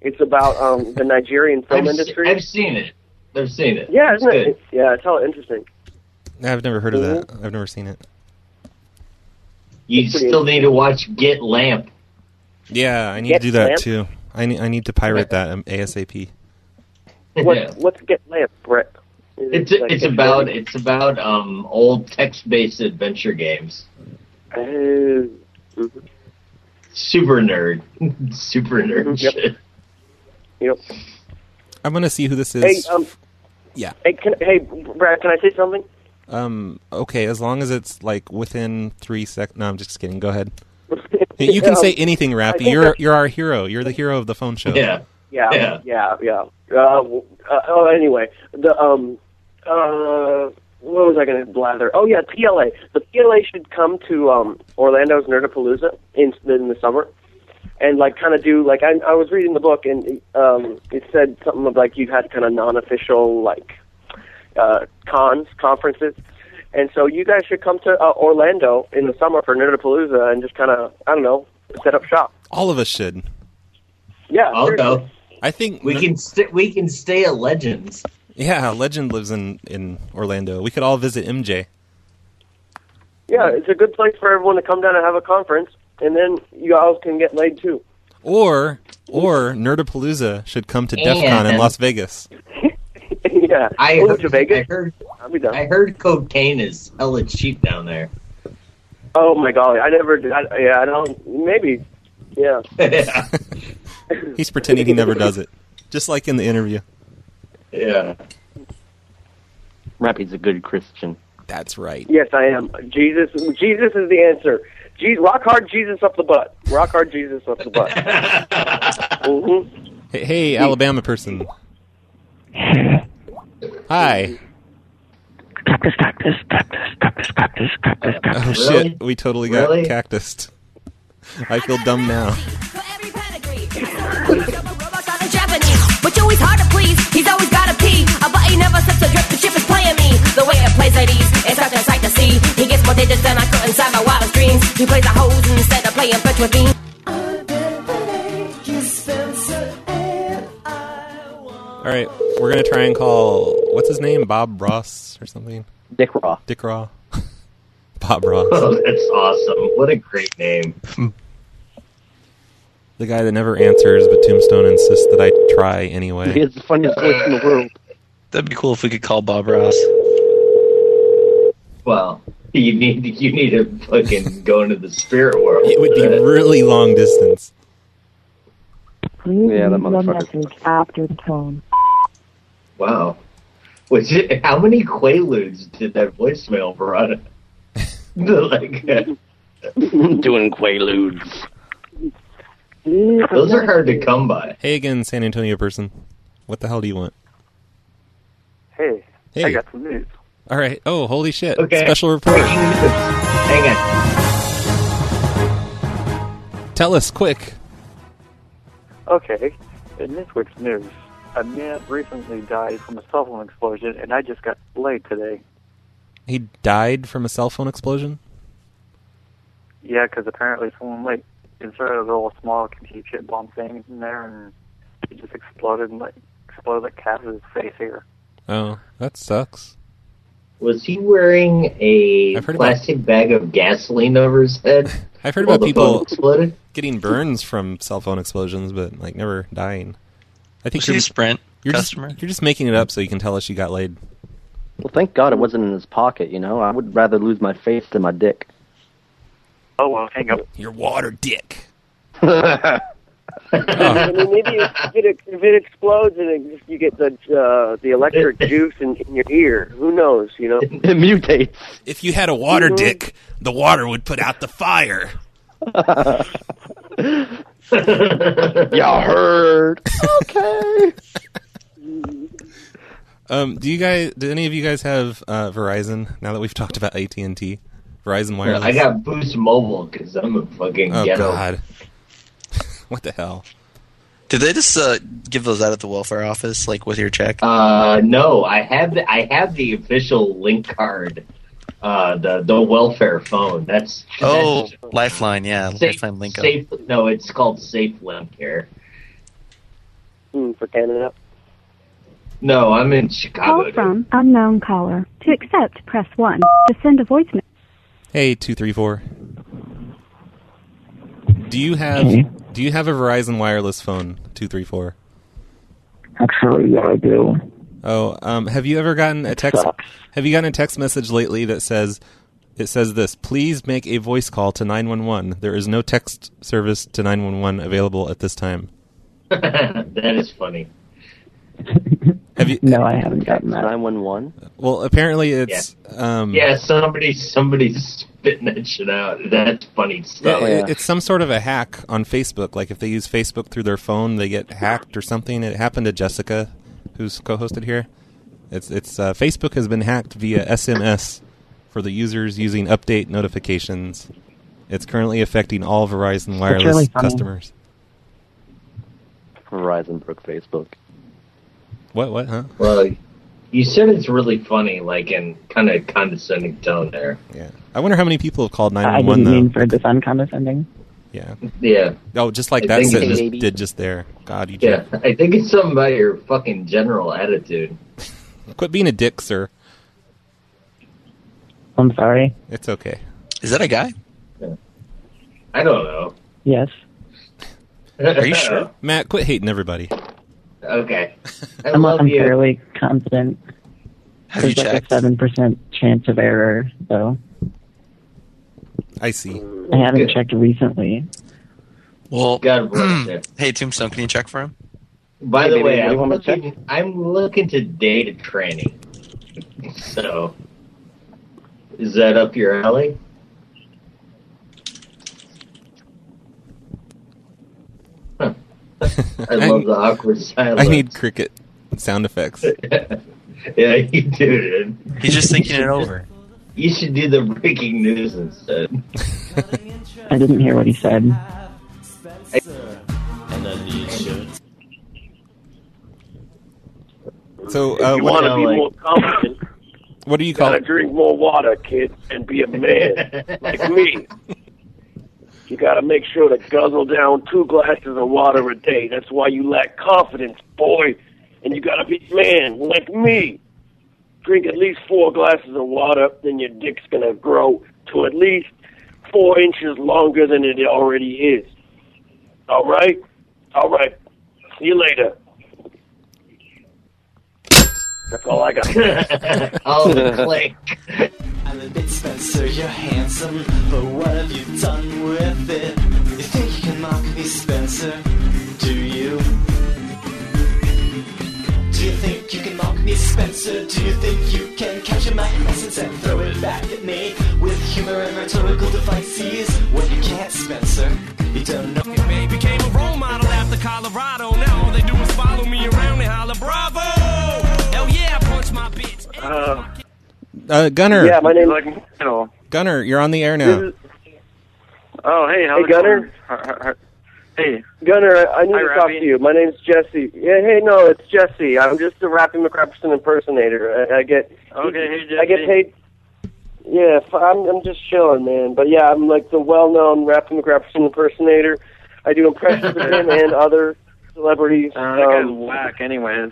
[SPEAKER 14] It's about um, the Nigerian film
[SPEAKER 10] I've se-
[SPEAKER 14] industry.
[SPEAKER 10] I've seen it. I've seen it.
[SPEAKER 14] Yeah,
[SPEAKER 10] It's
[SPEAKER 14] isn't
[SPEAKER 10] good.
[SPEAKER 14] it? Yeah, it's all interesting.
[SPEAKER 9] I've never heard of that.
[SPEAKER 14] Mm-hmm.
[SPEAKER 9] I've never seen it.
[SPEAKER 10] You still need to watch Get Lamp.
[SPEAKER 9] Yeah, I need
[SPEAKER 10] Get
[SPEAKER 9] to do that
[SPEAKER 10] Lamp?
[SPEAKER 9] too. I need I need to pirate that um, ASAP.
[SPEAKER 14] What,
[SPEAKER 10] Yeah.
[SPEAKER 14] What's Get Lamp, Brett? Is it
[SPEAKER 10] It's
[SPEAKER 14] like
[SPEAKER 10] it's
[SPEAKER 14] a-
[SPEAKER 10] about it's about um old text based adventure games.
[SPEAKER 14] Uh,
[SPEAKER 10] Super nerd, super nerd. shit.
[SPEAKER 14] Yep.
[SPEAKER 9] I'm gonna see who this is.
[SPEAKER 14] Hey, um,
[SPEAKER 9] yeah.
[SPEAKER 14] Hey, can, hey, Brad, can I say something?
[SPEAKER 9] Um. Okay. As long as it's like within three sec. No, I'm just kidding. Go ahead. You can say
[SPEAKER 14] Um,
[SPEAKER 9] anything,
[SPEAKER 14] I
[SPEAKER 9] Rappy.
[SPEAKER 14] think
[SPEAKER 9] You're
[SPEAKER 14] that-
[SPEAKER 9] you're our hero. You're the hero of the phone show.
[SPEAKER 10] Yeah.
[SPEAKER 14] Yeah, yeah, yeah. Uh, w- uh, oh, anyway, the um, uh, what was I going to blather? Oh yeah, PLA. The PLA should come to um Orlando's Nerdapalooza in in the summer, and like kind of do like I I was reading the book and um it said something of like you had kind of non-official like uh cons conferences. And so you guys should come to uh, Orlando in the summer for Nerdapalooza and just kind of I don't know set up shop.
[SPEAKER 9] All of us should.
[SPEAKER 14] Yeah,
[SPEAKER 10] I'll
[SPEAKER 14] seriously.
[SPEAKER 10] go.
[SPEAKER 9] I think
[SPEAKER 10] we can st- we can stay at Legends.
[SPEAKER 9] Yeah, Legend lives in in Orlando. We could all visit MJ.
[SPEAKER 14] Yeah, it's a good place for everyone to come down and have a conference, and then you all can get laid too.
[SPEAKER 9] Or or Nerdapalooza should come to DEF CON in
[SPEAKER 10] And-
[SPEAKER 9] Las Vegas.
[SPEAKER 14] yeah,
[SPEAKER 10] I
[SPEAKER 14] Move
[SPEAKER 10] heard,
[SPEAKER 14] to Vegas.
[SPEAKER 10] I heard,
[SPEAKER 14] I'll be done.
[SPEAKER 10] I heard cocaine is hella cheap down there.
[SPEAKER 14] Oh my golly, I never. Did, I, yeah, I don't. Maybe. Yeah.
[SPEAKER 9] He's pretending he never does it. Just like in the interview.
[SPEAKER 10] Yeah.
[SPEAKER 11] Rappy's a good Christian.
[SPEAKER 9] That's right.
[SPEAKER 14] yes, I am. Jesus. Jesus is the answer. Je- rock hard, Jesus up the butt. Rock hard, Jesus up the butt. hmm
[SPEAKER 9] Hey, hey Alabama person. Hi. Cactus, cactus, cactus, cactus, cactus, cactus, Oh
[SPEAKER 10] Really?
[SPEAKER 9] shit, we totally got
[SPEAKER 10] Really?
[SPEAKER 9] cactused. I feel dumb now.
[SPEAKER 19] a Japanese, but Joey's hard to please. He's always gotta pee. I bet he never slips a drip. The chip is playing me. The way it plays at ease is such a sight to see. He gets more digits than I could inside my wildest dreams. He plays a hose instead of playing fetch with me.
[SPEAKER 9] All right, we're gonna try and call what's his name, Bob Ross or something.
[SPEAKER 11] Dick Raw.
[SPEAKER 9] Dick Raw. Bob Ross.
[SPEAKER 10] Oh, that's awesome! What a great name.
[SPEAKER 9] The guy that never answers, but Tombstone insists that I try anyway.
[SPEAKER 12] the funniest voice in the world. That'd be cool if we could call Bob Ross.
[SPEAKER 10] Well, you need to, you need to fucking go into the spirit world. Uh,
[SPEAKER 9] It would be really long distance.
[SPEAKER 10] Yeah, that motherfucker.
[SPEAKER 20] after the tone.
[SPEAKER 10] Wow. Which how many quaaludes did that voicemail brought? like
[SPEAKER 11] doing quaaludes.
[SPEAKER 10] Those are hard to come by.
[SPEAKER 9] Hey again, San Antonio person. What the hell do you want?
[SPEAKER 3] Hey,
[SPEAKER 9] Hey.
[SPEAKER 3] I got some news.
[SPEAKER 9] All right. Oh, holy shit.
[SPEAKER 3] Okay.
[SPEAKER 9] Special report.
[SPEAKER 10] Hang on.
[SPEAKER 9] Tell us quick.
[SPEAKER 3] Okay, in this week's news, a man recently died from a cell phone explosion, and I just got laid today.
[SPEAKER 9] He died from a cell phone explosion?
[SPEAKER 3] Yeah, 'cause apparently someone like inserted a little small computer chip bomb thing in there, and it just exploded and like exploded like half of his face here.
[SPEAKER 9] Oh, that sucks.
[SPEAKER 10] Was he wearing a
[SPEAKER 9] heard about-
[SPEAKER 10] plastic bag of gasoline over his head?
[SPEAKER 9] I've heard
[SPEAKER 10] while
[SPEAKER 9] about
[SPEAKER 10] the phone
[SPEAKER 9] people
[SPEAKER 10] exploded.
[SPEAKER 9] getting burns from cell phone explosions, but like never dying. I think
[SPEAKER 12] Was he
[SPEAKER 9] you're-
[SPEAKER 12] a Sprint
[SPEAKER 9] you're
[SPEAKER 12] customer?
[SPEAKER 9] Just, you're just making it up so you can tell us you got laid.
[SPEAKER 11] Well, thank God it wasn't in his pocket, you know? I would rather lose my face than my dick.
[SPEAKER 3] Oh well, hang up.
[SPEAKER 9] Your water dick.
[SPEAKER 11] That's
[SPEAKER 14] I mean, maybe if it, if it explodes and it, you get the uh, the electric juice in, in your ear, who knows? You know,
[SPEAKER 1] it mutates.
[SPEAKER 4] If you had a
[SPEAKER 10] Mm-hmm.
[SPEAKER 4] water dick, the water would put out the fire.
[SPEAKER 1] Y'all heard. okay.
[SPEAKER 9] Um, do you guys? Do any of you guys have uh, Verizon? Now that we've talked about AT and T, Verizon wireless.
[SPEAKER 10] I got Boost Mobile because I'm a fucking
[SPEAKER 9] Oh
[SPEAKER 10] ghetto.
[SPEAKER 9] God. what the hell?
[SPEAKER 12] Did they just uh, give those out at the welfare office, like with your check?
[SPEAKER 10] Uh, no, I have the, I have the official link card, uh, the the welfare phone. That's
[SPEAKER 12] Oh, Lifeline, yeah,
[SPEAKER 10] that's
[SPEAKER 12] Lifeline link. up.
[SPEAKER 10] safe. No, it's called Safe Link here.
[SPEAKER 14] Mm, for Canada.
[SPEAKER 10] No, I'm in
[SPEAKER 6] Call
[SPEAKER 10] Chicago.
[SPEAKER 6] from unknown caller. To accept, press 1. To send a voicemail.
[SPEAKER 9] Hey, two three four. Do you have
[SPEAKER 18] Hmm?
[SPEAKER 9] Do you have a Verizon wireless phone? Two three four.
[SPEAKER 18] Actually, yeah, I do.
[SPEAKER 9] Oh, um, have you ever gotten a text? Have you gotten a text message lately that says it says this? Please make a voice call to nine one one. There is no text service to nine one one available at this time.
[SPEAKER 10] that is funny.
[SPEAKER 9] Have you?
[SPEAKER 18] No, I haven't gotten that.
[SPEAKER 11] Nine one one.
[SPEAKER 9] Well, apparently it's um,
[SPEAKER 10] Yeah, somebody somebody's spitting that shit out. That's funny
[SPEAKER 9] Yeah,
[SPEAKER 10] stuff.
[SPEAKER 9] it- It's some sort of a hack on Facebook. Like if they use Facebook through their phone, they get hacked or something. It happened to Jessica, who's co-hosted here. It's it's uh, Facebook has been hacked via SMS for the users using update notifications. It's currently affecting all Verizon wireless
[SPEAKER 11] really funny.
[SPEAKER 9] customers.
[SPEAKER 11] Verizon broke Facebook.
[SPEAKER 9] What what huh?
[SPEAKER 10] Well, you said it's really funny, like in kind of condescending tone there.
[SPEAKER 9] Yeah. I wonder how many people have called
[SPEAKER 18] I
[SPEAKER 9] nine one one
[SPEAKER 18] didn't mean
[SPEAKER 9] though.
[SPEAKER 18] for the fun condescending.
[SPEAKER 9] Yeah.
[SPEAKER 10] Yeah.
[SPEAKER 9] Oh, just like
[SPEAKER 10] I
[SPEAKER 9] that
[SPEAKER 10] think
[SPEAKER 9] sentence
[SPEAKER 10] it's- Maybe.
[SPEAKER 9] did just there. God, you
[SPEAKER 10] Yeah, I think it's something about your fucking general attitude.
[SPEAKER 9] quit being a dick, sir.
[SPEAKER 18] I'm sorry.
[SPEAKER 9] It's okay.
[SPEAKER 12] Is that a guy?
[SPEAKER 10] I don't know.
[SPEAKER 18] Yes.
[SPEAKER 12] Are you sure?
[SPEAKER 9] Matt, quit hating everybody.
[SPEAKER 10] Okay. I
[SPEAKER 18] I'm,
[SPEAKER 10] love
[SPEAKER 18] I'm
[SPEAKER 10] you.
[SPEAKER 18] fairly confident.
[SPEAKER 9] Have
[SPEAKER 18] There's
[SPEAKER 9] you
[SPEAKER 18] like
[SPEAKER 9] checked?
[SPEAKER 18] a seven percent chance of error, though.
[SPEAKER 9] I see.
[SPEAKER 18] I haven't checked recently.
[SPEAKER 12] Well, hmm.
[SPEAKER 10] God bless you.
[SPEAKER 12] hey Tombstone, can you check for him?
[SPEAKER 10] By
[SPEAKER 12] Hey,
[SPEAKER 10] the
[SPEAKER 12] baby,
[SPEAKER 10] way,
[SPEAKER 12] what do you
[SPEAKER 10] I'm
[SPEAKER 12] want to
[SPEAKER 10] looking, I'm looking to date a tranny. So, is that up your alley? Huh. I love the awkward silence.
[SPEAKER 9] I need cricket sound effects.
[SPEAKER 10] yeah, you do, dude.
[SPEAKER 12] He's just thinking it over.
[SPEAKER 10] You should do the breaking news instead.
[SPEAKER 18] I didn't hear what he said.
[SPEAKER 21] And then the insurance.
[SPEAKER 9] So, uh,
[SPEAKER 21] If you
[SPEAKER 9] what-
[SPEAKER 21] want to be more competent,
[SPEAKER 9] What do you
[SPEAKER 21] you
[SPEAKER 9] call
[SPEAKER 21] gotta drink more water, kid, and be a man like me. You gotta make sure to guzzle down two glasses of water a day. That's why you lack confidence, boy. And you gotta be a man like me. Drink at least four glasses of water, then your dick's gonna grow to at least four inches longer than it already is. All right, all right. See you later. That's all I got.
[SPEAKER 10] Oh, click.
[SPEAKER 21] I'm a bit Spencer, you're handsome, but what have you done with it? You think you can mock me, Spencer? Do you? Do you think you can mock me, Spencer? Do you think you can capture my essence and throw it back at me with humor and rhetorical devices? Well, you can't, Spencer. You don't know.
[SPEAKER 22] May became a role model after Colorado. Now all they do is follow me around and holler, Bravo! Hell yeah, I punch my bitch.
[SPEAKER 9] Uh, Gunner.
[SPEAKER 21] Yeah, my
[SPEAKER 9] name.
[SPEAKER 21] name's-
[SPEAKER 3] Like, you know,
[SPEAKER 9] Gunner. You're on the air now.
[SPEAKER 3] oh, hey,
[SPEAKER 14] Hey,
[SPEAKER 3] how's it
[SPEAKER 14] Gunner?
[SPEAKER 3] going? Har- har- har- Hey,
[SPEAKER 14] Gunner, I, I need
[SPEAKER 3] Hi,
[SPEAKER 14] to talk
[SPEAKER 3] Robbie.
[SPEAKER 14] to you. My name's Jesse. Yeah, hey, no, it's Jesse. I'm just a Rappy McRapperson impersonator. I, I get
[SPEAKER 3] okay, hey, Jesse.
[SPEAKER 14] I get paid. Yeah, f- I'm I'm just chilling, man. But yeah, I'm like the well-known Rappy McRapperson impersonator. I do impressions of him and other celebrities.
[SPEAKER 3] Uh, that guy's
[SPEAKER 14] Um,
[SPEAKER 3] whack, anyways.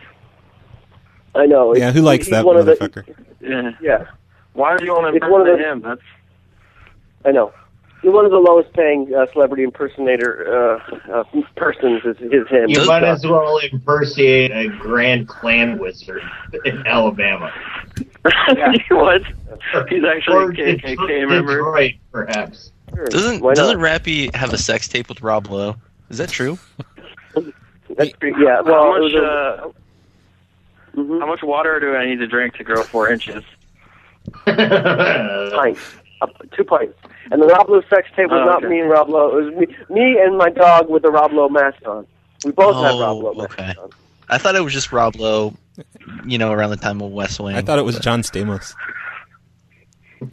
[SPEAKER 14] I know.
[SPEAKER 9] Yeah,
[SPEAKER 14] It's-
[SPEAKER 9] who likes
[SPEAKER 14] he's
[SPEAKER 9] that
[SPEAKER 14] one of the-
[SPEAKER 9] motherfucker?
[SPEAKER 3] Yeah.
[SPEAKER 14] yeah.
[SPEAKER 3] uh, Why do you want to
[SPEAKER 14] It's
[SPEAKER 3] impress
[SPEAKER 14] one of the-
[SPEAKER 3] him? That's
[SPEAKER 14] I know. He's one of the lowest paying uh, celebrity impersonator uh, uh, persons is, is him.
[SPEAKER 10] You
[SPEAKER 14] So-
[SPEAKER 10] might as well impersonate a Grand Clan wizard in Alabama.
[SPEAKER 21] he was. He's
[SPEAKER 10] actually
[SPEAKER 21] a KKK member.
[SPEAKER 10] Detroit, perhaps.
[SPEAKER 12] Doesn't
[SPEAKER 21] Why not?
[SPEAKER 12] doesn't Rappy have a sex tape with Rob Lowe? Is that true?
[SPEAKER 14] That's pretty, yeah. Well,
[SPEAKER 3] how
[SPEAKER 14] it
[SPEAKER 3] much
[SPEAKER 14] was a- Mm-hmm.
[SPEAKER 3] uh, how much water do I need to drink to grow four inches?
[SPEAKER 14] pint, uh, two pints. And the Rob Lowe sex tape was
[SPEAKER 3] Oh,
[SPEAKER 14] not
[SPEAKER 3] okay.
[SPEAKER 14] me and Rob Lowe. It was me, me and my dog with the Rob Lowe mask on. We both
[SPEAKER 3] Oh,
[SPEAKER 14] had Rob Lowe.
[SPEAKER 12] okay. I thought it was just Rob Lowe, you know, around the time of West Wing.
[SPEAKER 9] I thought it was John Stamos.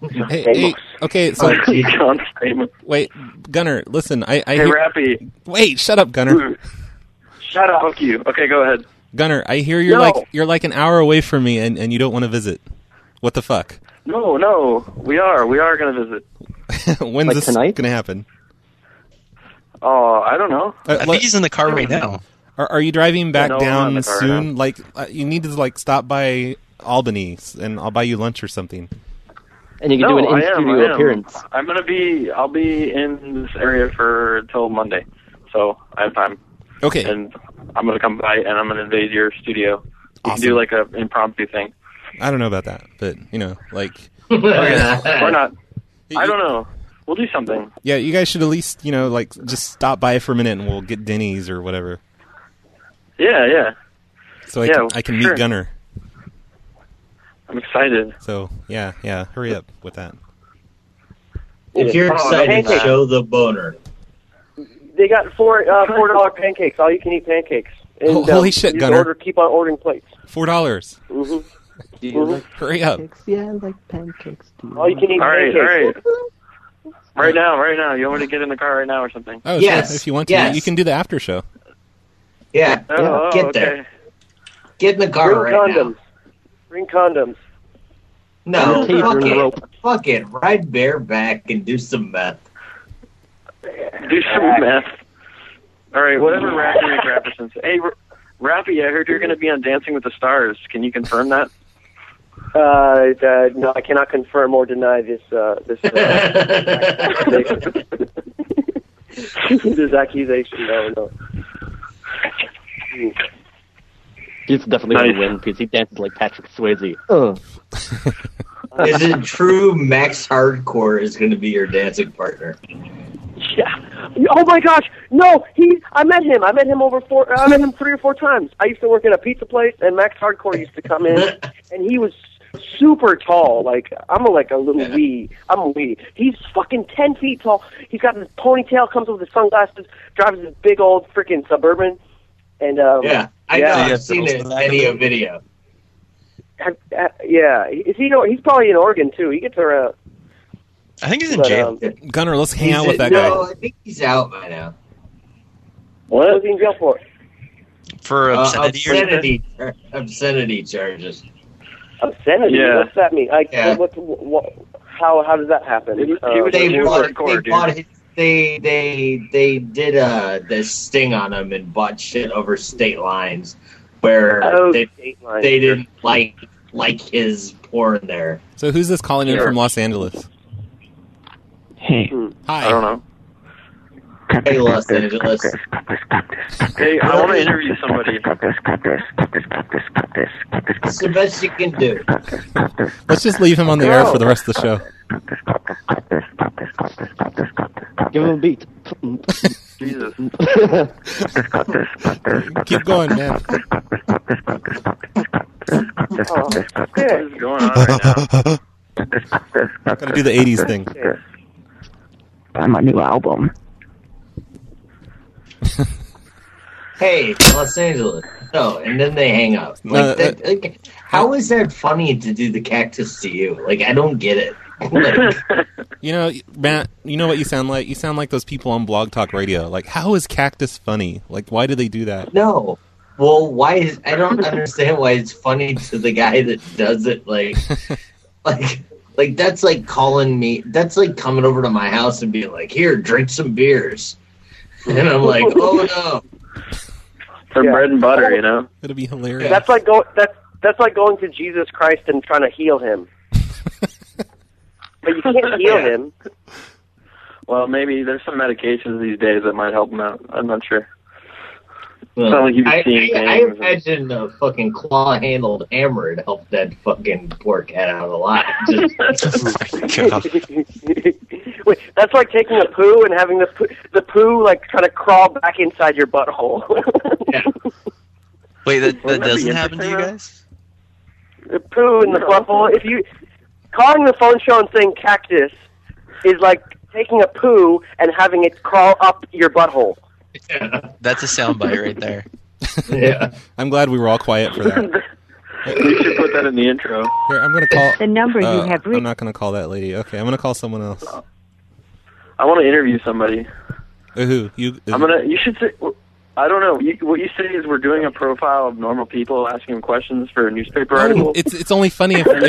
[SPEAKER 9] Hey,
[SPEAKER 12] Stamos.
[SPEAKER 9] hey, okay, so
[SPEAKER 3] John Stamos.
[SPEAKER 9] Wait, Gunner, listen. I,
[SPEAKER 3] Hey,
[SPEAKER 9] I hear-
[SPEAKER 3] Rappy.
[SPEAKER 9] Wait, shut up, Gunner.
[SPEAKER 3] Shut up. Fuck you. Okay, go ahead.
[SPEAKER 9] Gunner, I hear you're
[SPEAKER 3] No.
[SPEAKER 9] like you're like an hour away from me, and, and you don't want to visit. What the fuck?
[SPEAKER 3] No, no, we are. We are going to visit.
[SPEAKER 9] When's
[SPEAKER 3] Like
[SPEAKER 9] this
[SPEAKER 3] tonight?
[SPEAKER 9] gonna happen? Uh,
[SPEAKER 3] Oh, I don't know.
[SPEAKER 12] he's in the car right now.
[SPEAKER 9] Are, are you driving back
[SPEAKER 3] No, I'm not in
[SPEAKER 9] down
[SPEAKER 3] the car right
[SPEAKER 9] soon? like uh, you need to like stop by Albany, s- and I'll buy you lunch or something.
[SPEAKER 11] And
[SPEAKER 3] no, I am, I am. I'm going to be, I'll be in this area for till Monday. So I have time.
[SPEAKER 9] Okay.
[SPEAKER 3] And I'm going to come by and I'm going to invade your studio. We can do like a impromptu thing.
[SPEAKER 9] I don't know about that, but you know, like
[SPEAKER 3] or not. I don't know. We'll do something.
[SPEAKER 9] yeah, you guys should at least you know like just stop by for a minute, and we'll get Denny's or whatever.
[SPEAKER 3] Yeah, yeah.
[SPEAKER 9] So I
[SPEAKER 3] Yeah,
[SPEAKER 9] can, I can
[SPEAKER 3] sure.
[SPEAKER 9] meet Gunner.
[SPEAKER 3] I'm excited.
[SPEAKER 9] So yeah, yeah, hurry up with that.
[SPEAKER 7] If you're
[SPEAKER 14] Oh,
[SPEAKER 7] excited,
[SPEAKER 14] pancakes.
[SPEAKER 7] show the boner.
[SPEAKER 14] They got four uh, four dollar pancakes. All you can eat pancakes. And,
[SPEAKER 9] Ho-
[SPEAKER 3] uh,
[SPEAKER 9] holy
[SPEAKER 14] um,
[SPEAKER 9] shit,
[SPEAKER 14] you
[SPEAKER 9] Gunner.
[SPEAKER 14] Order, keep on ordering plates.
[SPEAKER 9] Four dollars.
[SPEAKER 14] hmm
[SPEAKER 3] Mm-hmm.
[SPEAKER 9] Hurry up.
[SPEAKER 23] Yeah, I like pancakes.
[SPEAKER 14] All you can eat
[SPEAKER 3] All right, all right.
[SPEAKER 14] pancakes.
[SPEAKER 3] Right now, right now. You want me to get in the car right now or something?
[SPEAKER 9] Oh, sure. If you want to, you can do the after show.
[SPEAKER 7] Yeah,
[SPEAKER 3] Oh, oh,
[SPEAKER 7] get
[SPEAKER 3] okay.
[SPEAKER 7] there. Get in the car
[SPEAKER 14] Bring
[SPEAKER 7] right
[SPEAKER 14] condoms. Bring condoms.
[SPEAKER 7] now. No,
[SPEAKER 14] Taser
[SPEAKER 7] fuck
[SPEAKER 14] and
[SPEAKER 7] it.
[SPEAKER 14] rope.
[SPEAKER 7] Fuck it. Ride bareback and do some meth.
[SPEAKER 3] Do some meth. All right, whatever Rappy McRapperson says. Hey, R- Rappy, I heard you're going to be on Dancing with the Stars. Can you confirm that?
[SPEAKER 14] Uh, uh, no, I cannot confirm or deny this. Uh, this, uh, accusation. this accusation. No, no.
[SPEAKER 11] He's definitely
[SPEAKER 7] Nice.
[SPEAKER 11] going to win because he dances like Patrick Swayze. Oh.
[SPEAKER 7] Is it true Max Hardcore is going to be your dancing partner?
[SPEAKER 14] Oh my gosh! No, he. I met him. I met him over four. I met him three or four times. I used to work at a pizza place, and Max Hardcore used to come in, and he was super tall. Like I'm like a little wee. I'm a wee. He's fucking ten feet tall. He's got his ponytail, comes with his sunglasses, drives his big old freaking suburban, and um,
[SPEAKER 7] Yeah, I know. I've seen it video video.
[SPEAKER 14] I- I- yeah, is he? He's probably in Oregon too. He gets around.
[SPEAKER 12] I think he's
[SPEAKER 14] in But, um, jail.
[SPEAKER 9] Gunner, let's hang out with that
[SPEAKER 7] no,
[SPEAKER 9] guy.
[SPEAKER 7] I think he's out by now.
[SPEAKER 14] What was he in jail for?
[SPEAKER 12] For
[SPEAKER 7] Uh,
[SPEAKER 12] obscenity or something?
[SPEAKER 7] obscenity, char- obscenity charges.
[SPEAKER 14] Obscenity.
[SPEAKER 7] Yeah.
[SPEAKER 14] What's that mean? Like,
[SPEAKER 7] Yeah.
[SPEAKER 14] what, what, what? How? How does that happen? Uh,
[SPEAKER 7] they bought, they, bought his, they they they did uh the sting on him and bought shit over state lines where
[SPEAKER 14] Oh,
[SPEAKER 7] they
[SPEAKER 14] state lines.
[SPEAKER 7] they didn't like like his porn there.
[SPEAKER 9] So who's this calling in from Los Angeles?
[SPEAKER 23] Hey.
[SPEAKER 9] Hi. I
[SPEAKER 3] Hmm, don't know.
[SPEAKER 7] Hey, Los Angeles.
[SPEAKER 3] Hey, I want to interview somebody.
[SPEAKER 7] It's the best you can do.
[SPEAKER 9] Let's just leave him on the air for the rest of the show.
[SPEAKER 11] Give him a beat.
[SPEAKER 3] Jesus.
[SPEAKER 9] Keep going, man.
[SPEAKER 3] What is going on right now?
[SPEAKER 9] Gotta do the '80s thing.
[SPEAKER 23] Buy my new album.
[SPEAKER 7] Hey, Los Angeles. No, and then they hang up. Like,
[SPEAKER 9] No,
[SPEAKER 7] that, like, how is that funny to do the cactus to you? Like, I don't get it. Like,
[SPEAKER 9] You know, Matt. You know what you sound like? You sound like those people on Blog Talk Radio. Like, how is cactus funny? Like, why do they do that?
[SPEAKER 7] no. Well, why is I don't understand why it's funny to the guy that does it. Like, like, like that's like calling me. That's like coming over to my house and being like, "Here, drink some beers," and I'm like, "Oh no."
[SPEAKER 3] For bread and butter, you know?
[SPEAKER 9] It'll be hilarious.
[SPEAKER 14] That's like go that's that's like going to Jesus Christ and trying to heal him. but you can't heal
[SPEAKER 3] Yeah.
[SPEAKER 14] him.
[SPEAKER 3] Well, maybe there's some medications these days that might help him out. I'm not sure.
[SPEAKER 10] Well,
[SPEAKER 3] like you've
[SPEAKER 10] I,
[SPEAKER 3] seen
[SPEAKER 10] I, I
[SPEAKER 3] things.
[SPEAKER 10] imagine a fucking claw-handled hammer would help that fucking poor cat out a lot. Just,
[SPEAKER 14] Wait, that's like taking a poo and having the poo, the poo like trying to crawl back inside your butthole.
[SPEAKER 12] Wait, that,
[SPEAKER 14] Wouldn't
[SPEAKER 12] that
[SPEAKER 14] that be
[SPEAKER 12] doesn't happen to you
[SPEAKER 14] interesting,
[SPEAKER 12] guys?
[SPEAKER 14] the poo in the butthole. If you calling the phone show and saying cactus is like taking a poo and having it crawl up your butthole.
[SPEAKER 12] That's a soundbite right there.
[SPEAKER 10] yeah.
[SPEAKER 9] I'm glad we were all quiet for that.
[SPEAKER 3] You should put that in the intro.
[SPEAKER 9] Here, I'm going to call.
[SPEAKER 6] The number you
[SPEAKER 9] uh,
[SPEAKER 6] have
[SPEAKER 9] I'm not going to call that lady. Okay, I'm going to call someone else.
[SPEAKER 3] I want to interview somebody.
[SPEAKER 9] Uh, Who? You?
[SPEAKER 3] I'm gonna. You should say. I don't know. You, what you say is we're doing a profile of normal people, asking them questions for a
[SPEAKER 12] Oh,
[SPEAKER 3] newspaper article.
[SPEAKER 9] Oh, It's it's only funny if, if,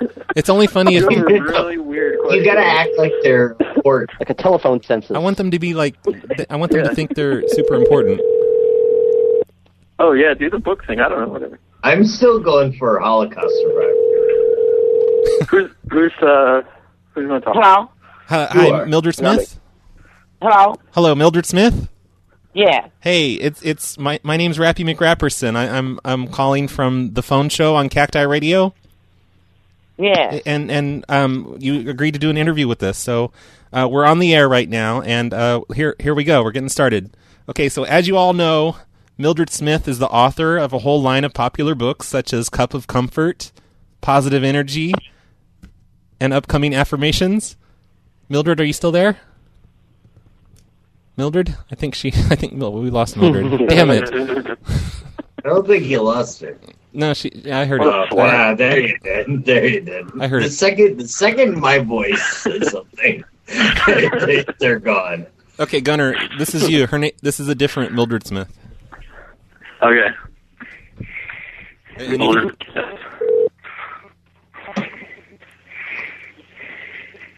[SPEAKER 9] if it's only funny if
[SPEAKER 3] Doing really weird.
[SPEAKER 10] you gotta act like they're important,
[SPEAKER 11] like a telephone census.
[SPEAKER 9] I want them to be like th- I want them to think they're super important.
[SPEAKER 3] Oh yeah, do the book thing. I don't know. Whatever.
[SPEAKER 10] I'm still going for a Holocaust survivor.
[SPEAKER 3] who's who's uh who's gonna talk?
[SPEAKER 2] Hello?
[SPEAKER 9] Hi,
[SPEAKER 2] You
[SPEAKER 9] hi
[SPEAKER 2] are.
[SPEAKER 9] Mildred Smith.
[SPEAKER 2] Hello?
[SPEAKER 9] Hello, Mildred Smith.
[SPEAKER 2] Yeah.
[SPEAKER 9] Hey, it's it's my my name's Rappy McRapperson. I, I'm I'm calling from the phone show on Cacti Radio,
[SPEAKER 2] Yeah.
[SPEAKER 9] and and um you agreed to do an interview with us, so uh, we're on the air right now, and uh, here here we go. We're getting started. Okay, so as you all know, Mildred Smith is the author of a whole line of popular books such as Cup of Comfort, Positive Energy, and upcoming affirmations. Mildred, are you still there? Mildred, I think she. I think Mil- we lost Mildred. Damn it!
[SPEAKER 10] I don't think he lost it.
[SPEAKER 9] No, she. I heard
[SPEAKER 10] Oh,
[SPEAKER 9] it.
[SPEAKER 10] wow, there you did. There you did.
[SPEAKER 9] I heard
[SPEAKER 10] the
[SPEAKER 9] it.
[SPEAKER 10] second the second my voice says something, they, are gone.
[SPEAKER 9] Okay, Gunner, this is you. Her name. This is a different Mildred Smith.
[SPEAKER 3] Okay.
[SPEAKER 9] And you-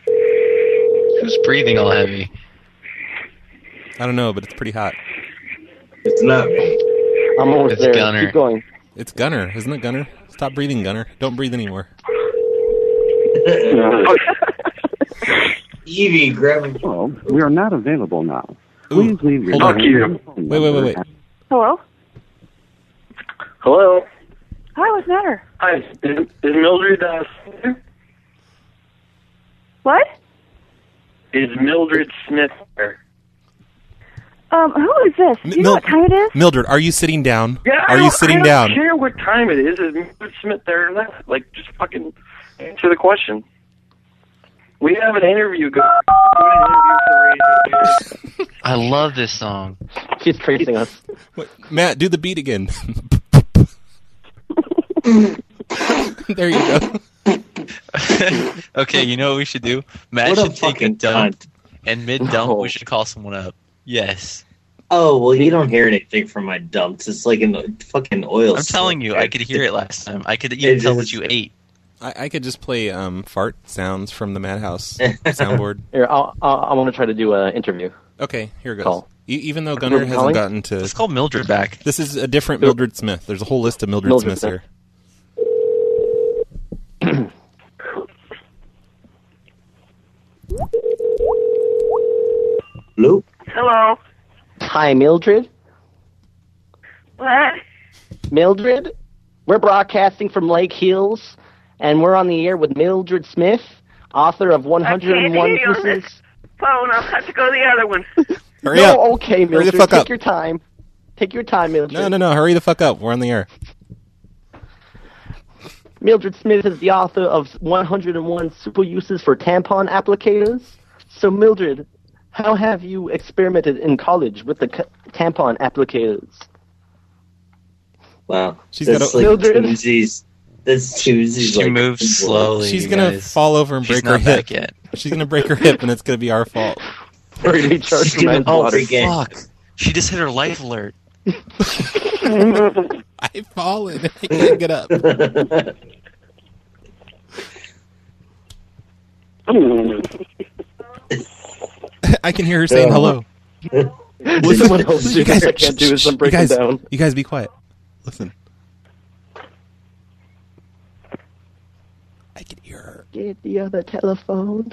[SPEAKER 12] Who's breathing all heavy?
[SPEAKER 9] I don't know, but it's pretty hot.
[SPEAKER 10] It's not me.
[SPEAKER 11] I'm almost
[SPEAKER 9] It's
[SPEAKER 11] there.
[SPEAKER 9] Gunner.
[SPEAKER 11] Keep going.
[SPEAKER 9] It's Gunner, isn't it? Gunner, stop breathing, Gunner. Don't breathe anymore.
[SPEAKER 10] Evie, grab
[SPEAKER 5] Hello. We are not available now.
[SPEAKER 9] Please
[SPEAKER 5] leave your
[SPEAKER 9] hold on. Fuck you. Wait, wait, wait, wait.
[SPEAKER 2] Hello?
[SPEAKER 3] Hello.
[SPEAKER 2] Hi, what's the matter?
[SPEAKER 3] Hi. Is, is Mildred uh, there?
[SPEAKER 2] What?
[SPEAKER 3] Is Mildred Smith there?
[SPEAKER 2] Um, who is this? Do you know what time it is?
[SPEAKER 9] Mildred, are you sitting down?
[SPEAKER 3] Yeah. I
[SPEAKER 9] are you
[SPEAKER 3] don't-
[SPEAKER 9] sitting
[SPEAKER 3] I don't
[SPEAKER 9] down?
[SPEAKER 3] Care what time it is. Is Mildred Smith there or not? Like, just fucking answer the question. We have an interview going. We have an interview for radio.
[SPEAKER 12] I love this song.
[SPEAKER 11] She's tracing us.
[SPEAKER 9] Matt, do the beat again. there you go.
[SPEAKER 12] okay, you know what we should do? Matt
[SPEAKER 10] What a
[SPEAKER 12] should take a
[SPEAKER 10] fucking
[SPEAKER 12] dump, and mid dump
[SPEAKER 14] Oh.
[SPEAKER 12] we should call someone up. Yes,
[SPEAKER 10] Oh well, you don't hear anything from my dumps. It's like an fucking oil.
[SPEAKER 12] I'm telling you, I could hear it last time. I could even tell what you ate.
[SPEAKER 9] I, I could just play um, fart sounds from the Madhouse soundboard.
[SPEAKER 11] Here, I'll, I'll, I want to try to do an interview.
[SPEAKER 9] Okay, here goes.
[SPEAKER 11] Call.
[SPEAKER 9] E- even though Gunnar
[SPEAKER 11] Who's
[SPEAKER 9] hasn't
[SPEAKER 11] calling?
[SPEAKER 9] gotten to. Let's
[SPEAKER 12] call Mildred back.
[SPEAKER 9] This is a different Mildred Smith. There's a whole list of Mildred,
[SPEAKER 11] Mildred
[SPEAKER 9] Smiths
[SPEAKER 11] Smith.
[SPEAKER 9] here.
[SPEAKER 10] Hello?
[SPEAKER 2] Hello?
[SPEAKER 11] Hi, Mildred.
[SPEAKER 2] What?
[SPEAKER 11] Mildred, we're broadcasting from Lake Hills, and we're on the air with Mildred Smith, author of 101
[SPEAKER 2] I can't hear you on
[SPEAKER 11] Pieces.
[SPEAKER 2] this phone. I'll have to go to the other one.
[SPEAKER 9] Hurry
[SPEAKER 11] no,
[SPEAKER 9] up.
[SPEAKER 11] okay,
[SPEAKER 9] Hurry the
[SPEAKER 11] Mildred.
[SPEAKER 9] fuck
[SPEAKER 11] take
[SPEAKER 9] up.
[SPEAKER 11] your time. Take your time, Mildred.
[SPEAKER 9] No, no, no. Hurry the fuck up. We're on the air.
[SPEAKER 11] Mildred Smith is the author of 101 Super Uses for Tampon Applicators. So, Mildred, how have you experimented in college with the c- tampon applicators?
[SPEAKER 10] Wow,
[SPEAKER 11] She's
[SPEAKER 10] that's
[SPEAKER 11] got a-
[SPEAKER 10] like
[SPEAKER 11] Mildred.
[SPEAKER 10] Tuesdays. That's Tuesdays.
[SPEAKER 12] She moves slowly,
[SPEAKER 9] She's
[SPEAKER 12] you
[SPEAKER 9] gonna
[SPEAKER 12] guys.
[SPEAKER 9] fall over and
[SPEAKER 12] She's
[SPEAKER 9] break her
[SPEAKER 12] not back
[SPEAKER 9] hip. She's gonna break her hip, and it's gonna be our fault.
[SPEAKER 11] We're gonna be charged
[SPEAKER 12] She's
[SPEAKER 11] for
[SPEAKER 12] gonna- oh,
[SPEAKER 11] manslaughter.
[SPEAKER 12] fuck! She just hit her life alert.
[SPEAKER 9] I've fallen. I can't get up. I can hear her saying
[SPEAKER 11] Yeah.
[SPEAKER 9] hello.
[SPEAKER 11] Listen, what else
[SPEAKER 9] you guys,
[SPEAKER 11] I can't do is I'm
[SPEAKER 9] you
[SPEAKER 11] breaking
[SPEAKER 9] guys,
[SPEAKER 11] down.
[SPEAKER 9] You guys, be quiet. Listen. I can hear her.
[SPEAKER 11] Get the other telephone.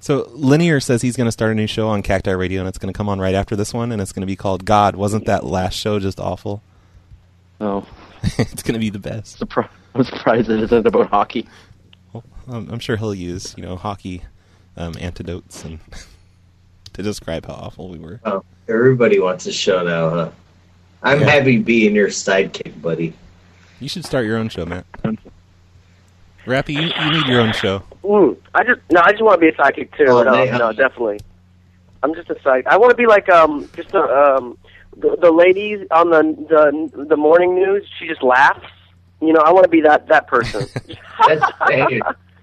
[SPEAKER 9] So Linear says he's going to start a new show on Cacti Radio, and it's going to come on right after this one, and it's going to be called God. Wasn't that last show just awful?
[SPEAKER 11] Oh,
[SPEAKER 9] it's going to be the best.
[SPEAKER 11] Surpri- I'm surprised it isn't about hockey.
[SPEAKER 9] Um, I'm sure he'll use you know hockey um, antidotes and to describe how awful we were.
[SPEAKER 10] Oh, everybody wants a show now, huh? I'm
[SPEAKER 9] Yeah.
[SPEAKER 10] happy being your sidekick, buddy.
[SPEAKER 9] You should start your own show, Matt. Rappy, you, you need your own show.
[SPEAKER 14] Mm, I just no, I just want to be a sidekick too. no,
[SPEAKER 9] Oh, man.
[SPEAKER 14] no, definitely. I'm just a psych. I want to be like um, just a, um, the, the ladies on the the the morning news. She just laughs. You know, I want to be that that person.
[SPEAKER 10] That's, hey,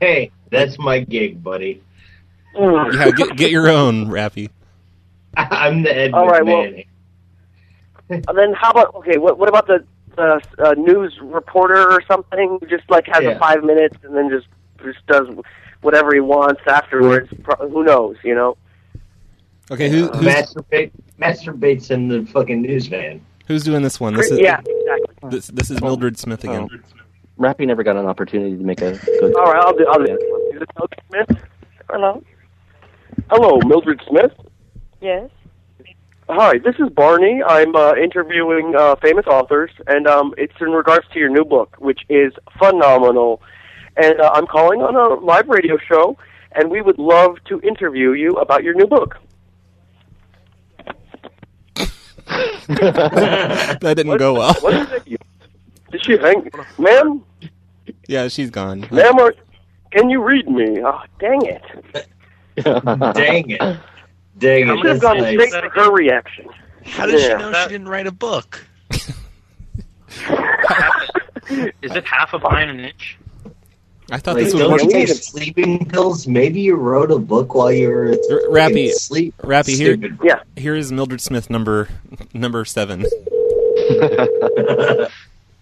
[SPEAKER 10] hey, that's my gig, buddy.
[SPEAKER 9] Yeah, get, get your own, Rappy.
[SPEAKER 10] I'm the Edward
[SPEAKER 14] All right, well-
[SPEAKER 10] Manning.
[SPEAKER 14] And then how about okay? What what about the the uh, news reporter or something? Who just like has
[SPEAKER 10] Yeah.
[SPEAKER 14] a five minutes and then just just does whatever he wants afterwards. Pro- who knows? You know.
[SPEAKER 9] Okay, who, who's,
[SPEAKER 10] Masturbate, masturbates in the fucking news van.
[SPEAKER 9] who's doing this one? This is,
[SPEAKER 14] yeah, exactly.
[SPEAKER 9] This, this is Mildred Smith again.
[SPEAKER 11] Rappy never got an opportunity to make a good.
[SPEAKER 14] All right, I'll do. I'll do. Is it Mildred Smith? Hello. Hello, Mildred Smith.
[SPEAKER 20] Yes.
[SPEAKER 14] Hi, this is Barney. I'm uh, interviewing uh, famous authors, and um, it's in regards to your new book, which is phenomenal. And uh, I'm calling on a live radio show, and we would love to interview you about your new book.
[SPEAKER 9] that didn't go well.
[SPEAKER 14] Did she hang, ma'am?
[SPEAKER 9] Yeah, she's gone.
[SPEAKER 14] Ma'am, are, can you read me? Oh, dang it!
[SPEAKER 10] Dang it. Dang
[SPEAKER 14] I
[SPEAKER 10] it.
[SPEAKER 14] should have
[SPEAKER 10] That's
[SPEAKER 14] gone
[SPEAKER 10] nice.
[SPEAKER 14] straight for her reaction.
[SPEAKER 12] How did
[SPEAKER 14] Yeah.
[SPEAKER 12] she know she didn't write a book?
[SPEAKER 7] Is it half a pine an inch?
[SPEAKER 9] I thought
[SPEAKER 10] Like,
[SPEAKER 9] this would
[SPEAKER 10] don't
[SPEAKER 9] work.
[SPEAKER 10] you take sleeping pills? Maybe you wrote a book while you were
[SPEAKER 9] Rappy,
[SPEAKER 10] fucking sleep.
[SPEAKER 9] Rappy, here,
[SPEAKER 10] Stupid.
[SPEAKER 9] here is Mildred Smith number number seven.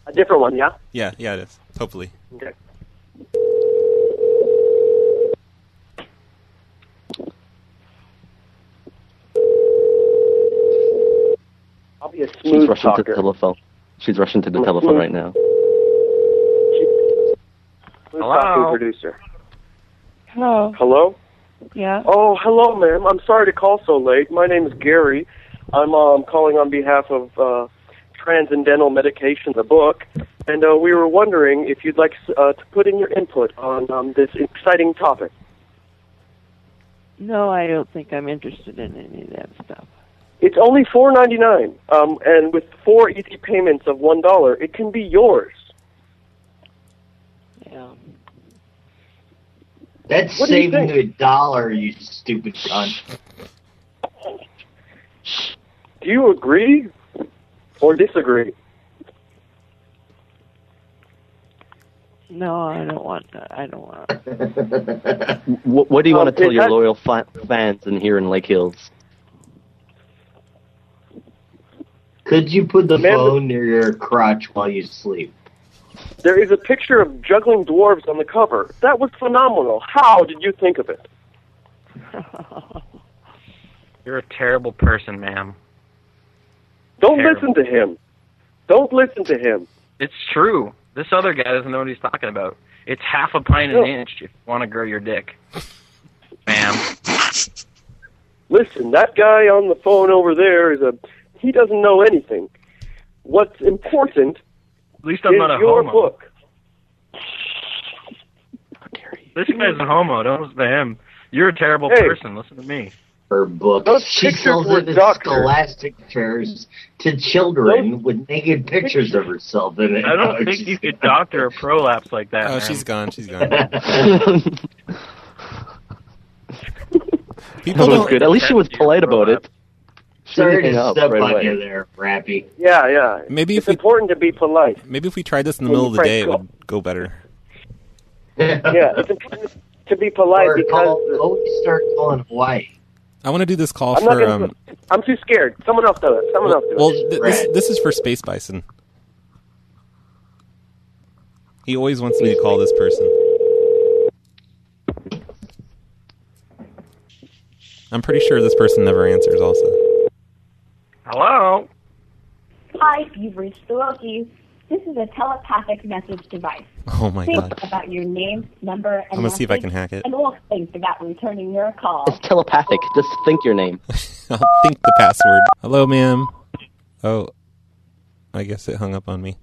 [SPEAKER 14] A different one, yeah.
[SPEAKER 9] yeah, yeah, it is. Hopefully,
[SPEAKER 14] Okay. I'll be a
[SPEAKER 11] She's
[SPEAKER 14] smooth
[SPEAKER 11] rushing to the
[SPEAKER 14] talker.
[SPEAKER 11] telephone. She's rushing to the telephone right now.
[SPEAKER 14] Smooth talking producer.
[SPEAKER 20] Hello.
[SPEAKER 14] Hello.
[SPEAKER 20] Yeah.
[SPEAKER 14] Oh, hello, ma'am. I'm sorry to call so late. My name is Gary. I'm um, calling on behalf of uh, Transcendental Medication, the book, and uh, we were wondering if you'd like uh, to put in your input on um, this exciting topic.
[SPEAKER 20] No, I don't think I'm interested in any of that stuff.
[SPEAKER 14] It's only four ninety nine, um, and with four easy payments of one dollar, it can be yours.
[SPEAKER 20] Yeah.
[SPEAKER 10] That's
[SPEAKER 14] What do you
[SPEAKER 10] saving
[SPEAKER 14] think?
[SPEAKER 10] you a dollar, you stupid cunt.
[SPEAKER 14] Do you agree or disagree?
[SPEAKER 20] No, I don't want that. I don't want.
[SPEAKER 11] What, what do you
[SPEAKER 14] Um,
[SPEAKER 11] want to tell
[SPEAKER 14] it
[SPEAKER 11] your
[SPEAKER 14] has-
[SPEAKER 11] loyal fa- fans in here in Lake Hills?
[SPEAKER 10] Could you put the phone near your crotch while you sleep?
[SPEAKER 14] There is a picture of juggling dwarves on the cover. That was phenomenal. How did you think of it?
[SPEAKER 7] You're a terrible person, ma'am.
[SPEAKER 14] Don't
[SPEAKER 7] Terrible.
[SPEAKER 14] listen to him. Don't listen to him.
[SPEAKER 7] It's true. This other guy doesn't know what he's talking about. It's half a pint an
[SPEAKER 14] No.
[SPEAKER 7] inch if you want to grow your dick. Ma'am.
[SPEAKER 14] Listen, that guy on the phone over there is a he doesn't know anything. What's important
[SPEAKER 7] At least I'm
[SPEAKER 14] is
[SPEAKER 7] not a
[SPEAKER 14] your
[SPEAKER 7] homo.
[SPEAKER 14] book.
[SPEAKER 7] This guy's a homo. Don't listen to him. You're a terrible
[SPEAKER 10] Hey.
[SPEAKER 7] person. Listen to me.
[SPEAKER 10] Her book.
[SPEAKER 7] Those
[SPEAKER 10] she
[SPEAKER 7] pictures
[SPEAKER 10] sells
[SPEAKER 7] were
[SPEAKER 10] it as
[SPEAKER 7] doctored.
[SPEAKER 10] scholastic fairs to children with naked pictures of herself in it.
[SPEAKER 7] I don't
[SPEAKER 10] No,
[SPEAKER 7] think
[SPEAKER 10] she's
[SPEAKER 7] you could doctor a prolapse like that.
[SPEAKER 9] Oh,
[SPEAKER 7] man.
[SPEAKER 9] she's gone. She's gone.
[SPEAKER 11] That was good. At least she was polite about it. She
[SPEAKER 10] Sorry
[SPEAKER 11] hung
[SPEAKER 10] to
[SPEAKER 11] up
[SPEAKER 10] step
[SPEAKER 11] right
[SPEAKER 10] on
[SPEAKER 11] away.
[SPEAKER 10] you there, Rappy.
[SPEAKER 14] Yeah, yeah.
[SPEAKER 9] Maybe
[SPEAKER 14] it's
[SPEAKER 9] if we-
[SPEAKER 14] important to be polite.
[SPEAKER 9] maybe if we tried this in the
[SPEAKER 14] Well,
[SPEAKER 9] middle of the
[SPEAKER 14] Frank,
[SPEAKER 9] day, it
[SPEAKER 14] go-
[SPEAKER 9] would go better.
[SPEAKER 14] yeah, it's important to be polite because
[SPEAKER 10] always start calling Hawaii.
[SPEAKER 9] I want to do this call
[SPEAKER 14] I'm not
[SPEAKER 9] for
[SPEAKER 14] gonna-
[SPEAKER 9] um.
[SPEAKER 14] I'm too scared. Someone else does it. Someone
[SPEAKER 9] Well,
[SPEAKER 14] else does
[SPEAKER 9] well,
[SPEAKER 14] it.
[SPEAKER 9] th- this this is for Space Bison. He always wants me to call this person. I'm pretty sure this person never answers. Also,
[SPEAKER 7] Hello.
[SPEAKER 13] Hi, you've reached the Wilkies.
[SPEAKER 8] This is a telepathic message device.
[SPEAKER 9] Oh my
[SPEAKER 8] Think
[SPEAKER 9] god.
[SPEAKER 8] about your name, number, and
[SPEAKER 11] I'm gonna see if I
[SPEAKER 8] message,
[SPEAKER 11] can hack it.
[SPEAKER 8] And we'll think about returning your call.
[SPEAKER 11] It's telepathic. Just think your name.
[SPEAKER 9] I'll think the password. Hello, ma'am. Oh, I guess it hung up on me.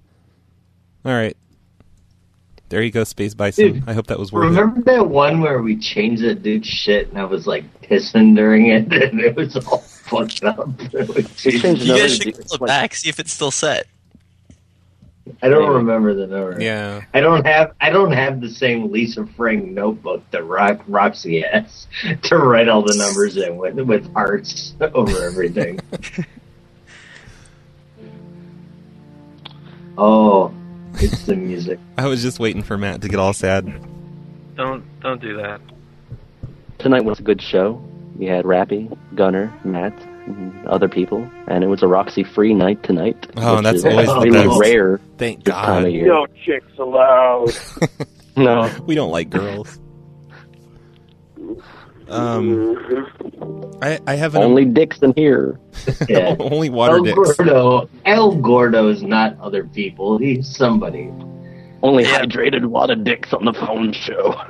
[SPEAKER 9] All right. There you go, Space Bison.
[SPEAKER 10] Dude,
[SPEAKER 9] I hope that was worth
[SPEAKER 10] Remember that one where we changed that dude's shit and I was like pissing during it and it was all fucked up.
[SPEAKER 12] You guys should
[SPEAKER 10] I
[SPEAKER 12] call it back, see if it's still set.
[SPEAKER 10] don't remember the number.
[SPEAKER 9] it. Yeah.
[SPEAKER 10] I don't have I don't have the same Lisa Frank notebook that Rock, Roxy has to write all the numbers in with with hearts over everything. oh, it's the music.
[SPEAKER 9] I was just waiting for Matt to get all sad.
[SPEAKER 7] Don't don't do that.
[SPEAKER 11] Tonight was a good show. We had Rappy, Gunner, Matt, and other people, and it was a Roxy free night tonight.
[SPEAKER 9] Oh,
[SPEAKER 11] which
[SPEAKER 9] that's
[SPEAKER 11] is
[SPEAKER 9] always the
[SPEAKER 11] really
[SPEAKER 9] best.
[SPEAKER 11] rare.
[SPEAKER 9] Thank
[SPEAKER 11] this Time of
[SPEAKER 9] God.
[SPEAKER 11] year.
[SPEAKER 14] No chicks allowed.
[SPEAKER 11] No,
[SPEAKER 9] we don't like girls. Um, I I have an
[SPEAKER 11] only dicks in here.
[SPEAKER 10] Yeah.
[SPEAKER 9] only water
[SPEAKER 10] El
[SPEAKER 9] dicks.
[SPEAKER 10] Gordo, El Gordo is not other people. He's somebody.
[SPEAKER 11] Only hydrated water dicks on the phone show.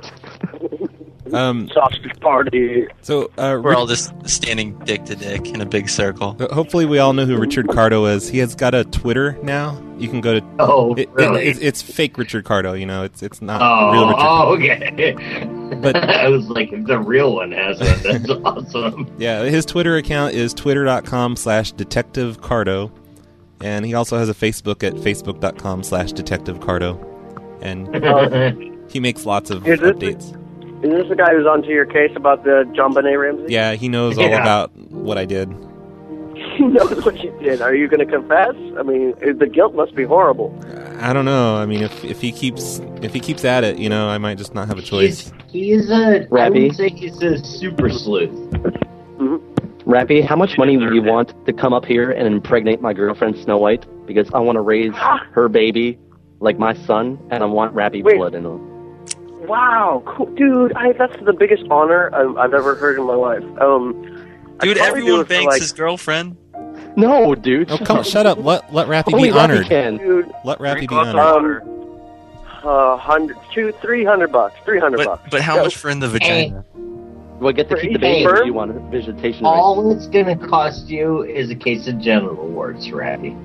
[SPEAKER 9] Um,
[SPEAKER 14] Sausage party.
[SPEAKER 9] So uh,
[SPEAKER 12] we're all just standing dick to dick in a big circle.
[SPEAKER 9] But Hopefully, we all know who Richard Cardo is. He has got a Twitter now. You can go to.
[SPEAKER 10] Oh,
[SPEAKER 9] It- it-
[SPEAKER 10] really?
[SPEAKER 9] it's, it's fake Richard Cardo. You know, it's it's not real
[SPEAKER 10] Oh,
[SPEAKER 9] Richard.
[SPEAKER 10] oh, okay.
[SPEAKER 9] But-
[SPEAKER 10] I was like, if the real one has one, that's awesome.
[SPEAKER 9] Yeah, his Twitter account is twitter.com slash detective Cardo. And he also has a Facebook at facebook.com slash detective Cardo.
[SPEAKER 10] Oh,
[SPEAKER 9] And he makes lots of
[SPEAKER 14] Is this-
[SPEAKER 9] updates.
[SPEAKER 14] Is this the guy who's onto your case about the John Bonet Ramsey?
[SPEAKER 9] Yeah, he knows all
[SPEAKER 14] Yeah.
[SPEAKER 9] about what I did.
[SPEAKER 14] He knows what you did. Are you going to confess? I mean, it- the guilt must be horrible.
[SPEAKER 9] I don't know. I mean, if, if he keeps if he keeps at it, you know, I might just not have a choice.
[SPEAKER 10] He's a. I
[SPEAKER 11] Rabby?
[SPEAKER 10] would say he's a super sleuth.
[SPEAKER 11] Rappy, how much money would you want to come up here and impregnate my girlfriend Snow White? Because I want to raise her baby like my son, and I want Rappy blood in him.
[SPEAKER 14] Wow, cool. dude! I, that's the biggest honor I've, I've ever heard in my life. Um,
[SPEAKER 12] Dude,
[SPEAKER 14] I'd probably do
[SPEAKER 12] everyone
[SPEAKER 14] it for,
[SPEAKER 12] banks
[SPEAKER 14] like-
[SPEAKER 12] his girlfriend.
[SPEAKER 11] No, dude.
[SPEAKER 9] Oh, come on, shut up. Let, let Rappy
[SPEAKER 14] Only
[SPEAKER 9] be
[SPEAKER 14] Rappy
[SPEAKER 9] honored.
[SPEAKER 14] can. Dude.
[SPEAKER 9] Let Rappy be
[SPEAKER 14] Um,
[SPEAKER 9] honored.
[SPEAKER 14] uh, hundred, two, three hundred bucks, three hundred bucks.
[SPEAKER 12] But how
[SPEAKER 14] Go.
[SPEAKER 12] much for in the vagina?
[SPEAKER 11] Do I get to keep the baby if you want a visitation rights?
[SPEAKER 10] All it's going to cost you is a case of genital warts, Rabby.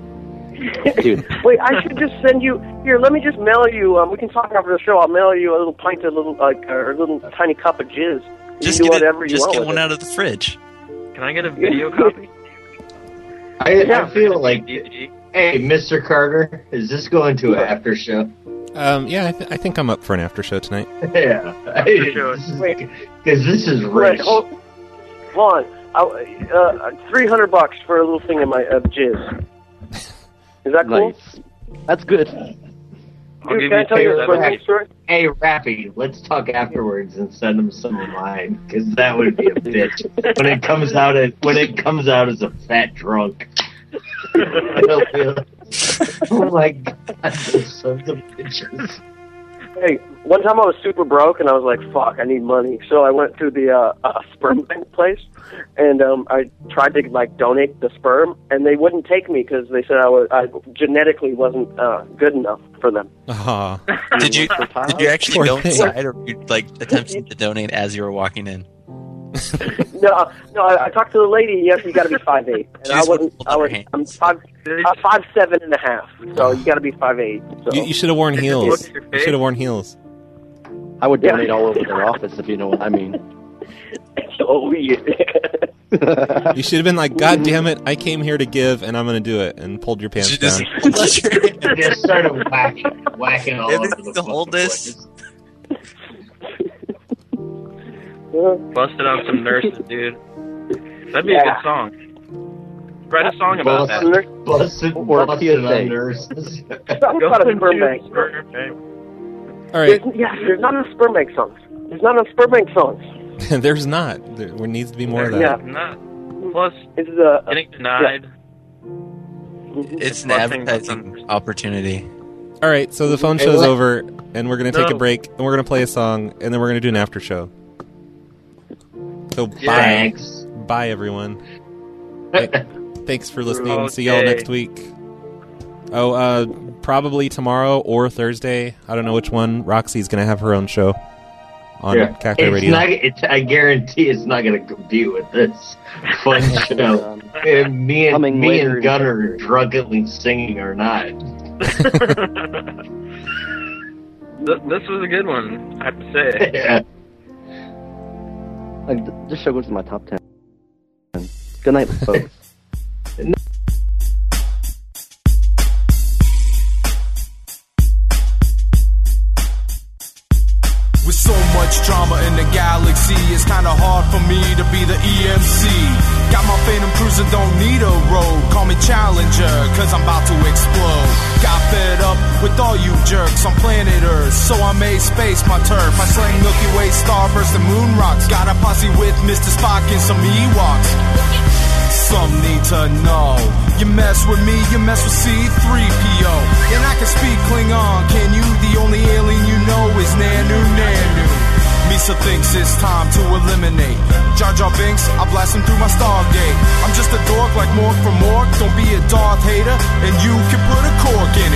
[SPEAKER 11] Dude,
[SPEAKER 14] Wait, I should just send you here. Let me just mail you. Um, we can talk after the show. I'll mail you a little pint of little, like, or a little tiny cup of jizz. You
[SPEAKER 12] Just
[SPEAKER 14] can do
[SPEAKER 12] get, it-
[SPEAKER 14] whatever you
[SPEAKER 12] just
[SPEAKER 14] want
[SPEAKER 12] get
[SPEAKER 14] with
[SPEAKER 12] one
[SPEAKER 14] it.
[SPEAKER 12] out of the fridge.
[SPEAKER 7] Can I get a video copy?
[SPEAKER 10] I, I feel like. Hey, Mr. Carter, is this going to an after show?
[SPEAKER 9] Um, yeah, I, th- I think I'm up for an after show tonight.
[SPEAKER 10] Yeah. Because this is
[SPEAKER 14] Wait,
[SPEAKER 10] rich.
[SPEAKER 14] hold, hold on. I, uh, three hundred bucks for a little thing in my of jizz. Is that cool?
[SPEAKER 11] Nice. That's good.
[SPEAKER 14] Dude, can I tell you a funny story?
[SPEAKER 10] Hey, Rappy, let's talk afterwards and send him some wine because that would be a bitch when it comes out as when it comes out as a fat drunk. oh my god, those sons of bitches!
[SPEAKER 14] Hey, one time I was super broke and I was like, "Fuck, I need money." So I went to the uh, uh, sperm bank place, and um, I tried to like donate the sperm, and they wouldn't take me because they said I was I genetically wasn't uh, good enough for them.
[SPEAKER 9] Aw.
[SPEAKER 12] Did you did you actually
[SPEAKER 9] Poor
[SPEAKER 12] go
[SPEAKER 9] thing.
[SPEAKER 12] inside, or you like attempted to donate as you were walking in?
[SPEAKER 14] No, uh, no. I, I talked to the lady. Yes, you got to be five eight, and I wasn't. I was. I'm five. I'm five seven and a half. So you got to be five eight. So
[SPEAKER 9] You, you should have worn heels. You should have worn heels.
[SPEAKER 11] I would donate all over their office if you know what I mean.
[SPEAKER 14] oh yeah.
[SPEAKER 9] You should have been like, God damn it, I came here to give and I'm going to do it, and pulled your pants down.
[SPEAKER 10] Just started whacking, whacking all over the
[SPEAKER 12] to hold this.
[SPEAKER 7] Busted on some nurses, dude. That'd be a
[SPEAKER 10] Yeah.
[SPEAKER 7] good song. Write a song about that.
[SPEAKER 10] Busted, busted,
[SPEAKER 7] Or
[SPEAKER 10] busted
[SPEAKER 7] PSA.
[SPEAKER 10] on nurses.
[SPEAKER 14] Something about a sperm bank.
[SPEAKER 9] All right,
[SPEAKER 14] There's, yeah, there's not enough sperm bank songs. There's not enough sperm bank songs.
[SPEAKER 9] there's not. There, there needs to be more of that.
[SPEAKER 14] Yeah.
[SPEAKER 7] Not. Plus,
[SPEAKER 14] it's uh,
[SPEAKER 7] getting denied.
[SPEAKER 12] It's an advertising opportunity.
[SPEAKER 9] All right, so the phone
[SPEAKER 12] Hey,
[SPEAKER 9] show's
[SPEAKER 12] what?
[SPEAKER 9] over, and we're going to take a
[SPEAKER 12] No.
[SPEAKER 9] break, and we're going to play a song, and then we're going to do an after show. So bye.
[SPEAKER 10] Yeah. Thanks.
[SPEAKER 9] Bye, everyone. Th- Thanks for listening. See y'all
[SPEAKER 10] Okay.
[SPEAKER 9] next week. Oh, uh, probably tomorrow or Thursday. I don't know which one. Roxy's going to have her own show on
[SPEAKER 10] Yeah.
[SPEAKER 9] Cafe
[SPEAKER 10] it's
[SPEAKER 9] Radio.
[SPEAKER 10] Not, it's, I guarantee it's not going to compete with this fun
[SPEAKER 11] Um,
[SPEAKER 10] show. And me and
[SPEAKER 11] Coming
[SPEAKER 10] me
[SPEAKER 11] later
[SPEAKER 10] and
[SPEAKER 11] in
[SPEAKER 10] Gunner drunkenly singing or not.
[SPEAKER 7] Th- this was a good one, I have to say.
[SPEAKER 11] Like, th- this show goes in my top ten. Good night, folks.
[SPEAKER 13] With so much drama in the galaxy, it's kinda hard for me to be the EMC. Got my Phantom Cruiser, don't need a road. Call me Challenger, cause I'm about to explode. Got fed up with all you jerks on planet Earth, so I made space my turf. I slang Milky Way starburst and moon rocks. Got a posse with Mr. Spock and some Ewoks. Some need to know. You mess with me, you mess with C3PO. And I can speak Klingon, can you? The only alien you know is Nanu Nanu. Misa thinks it's time to eliminate. Jar Jar Binks, I blast him through my Stargate. I'm just a dork like Mork from Mork. Don't be a Darth hater, and you can put a cork in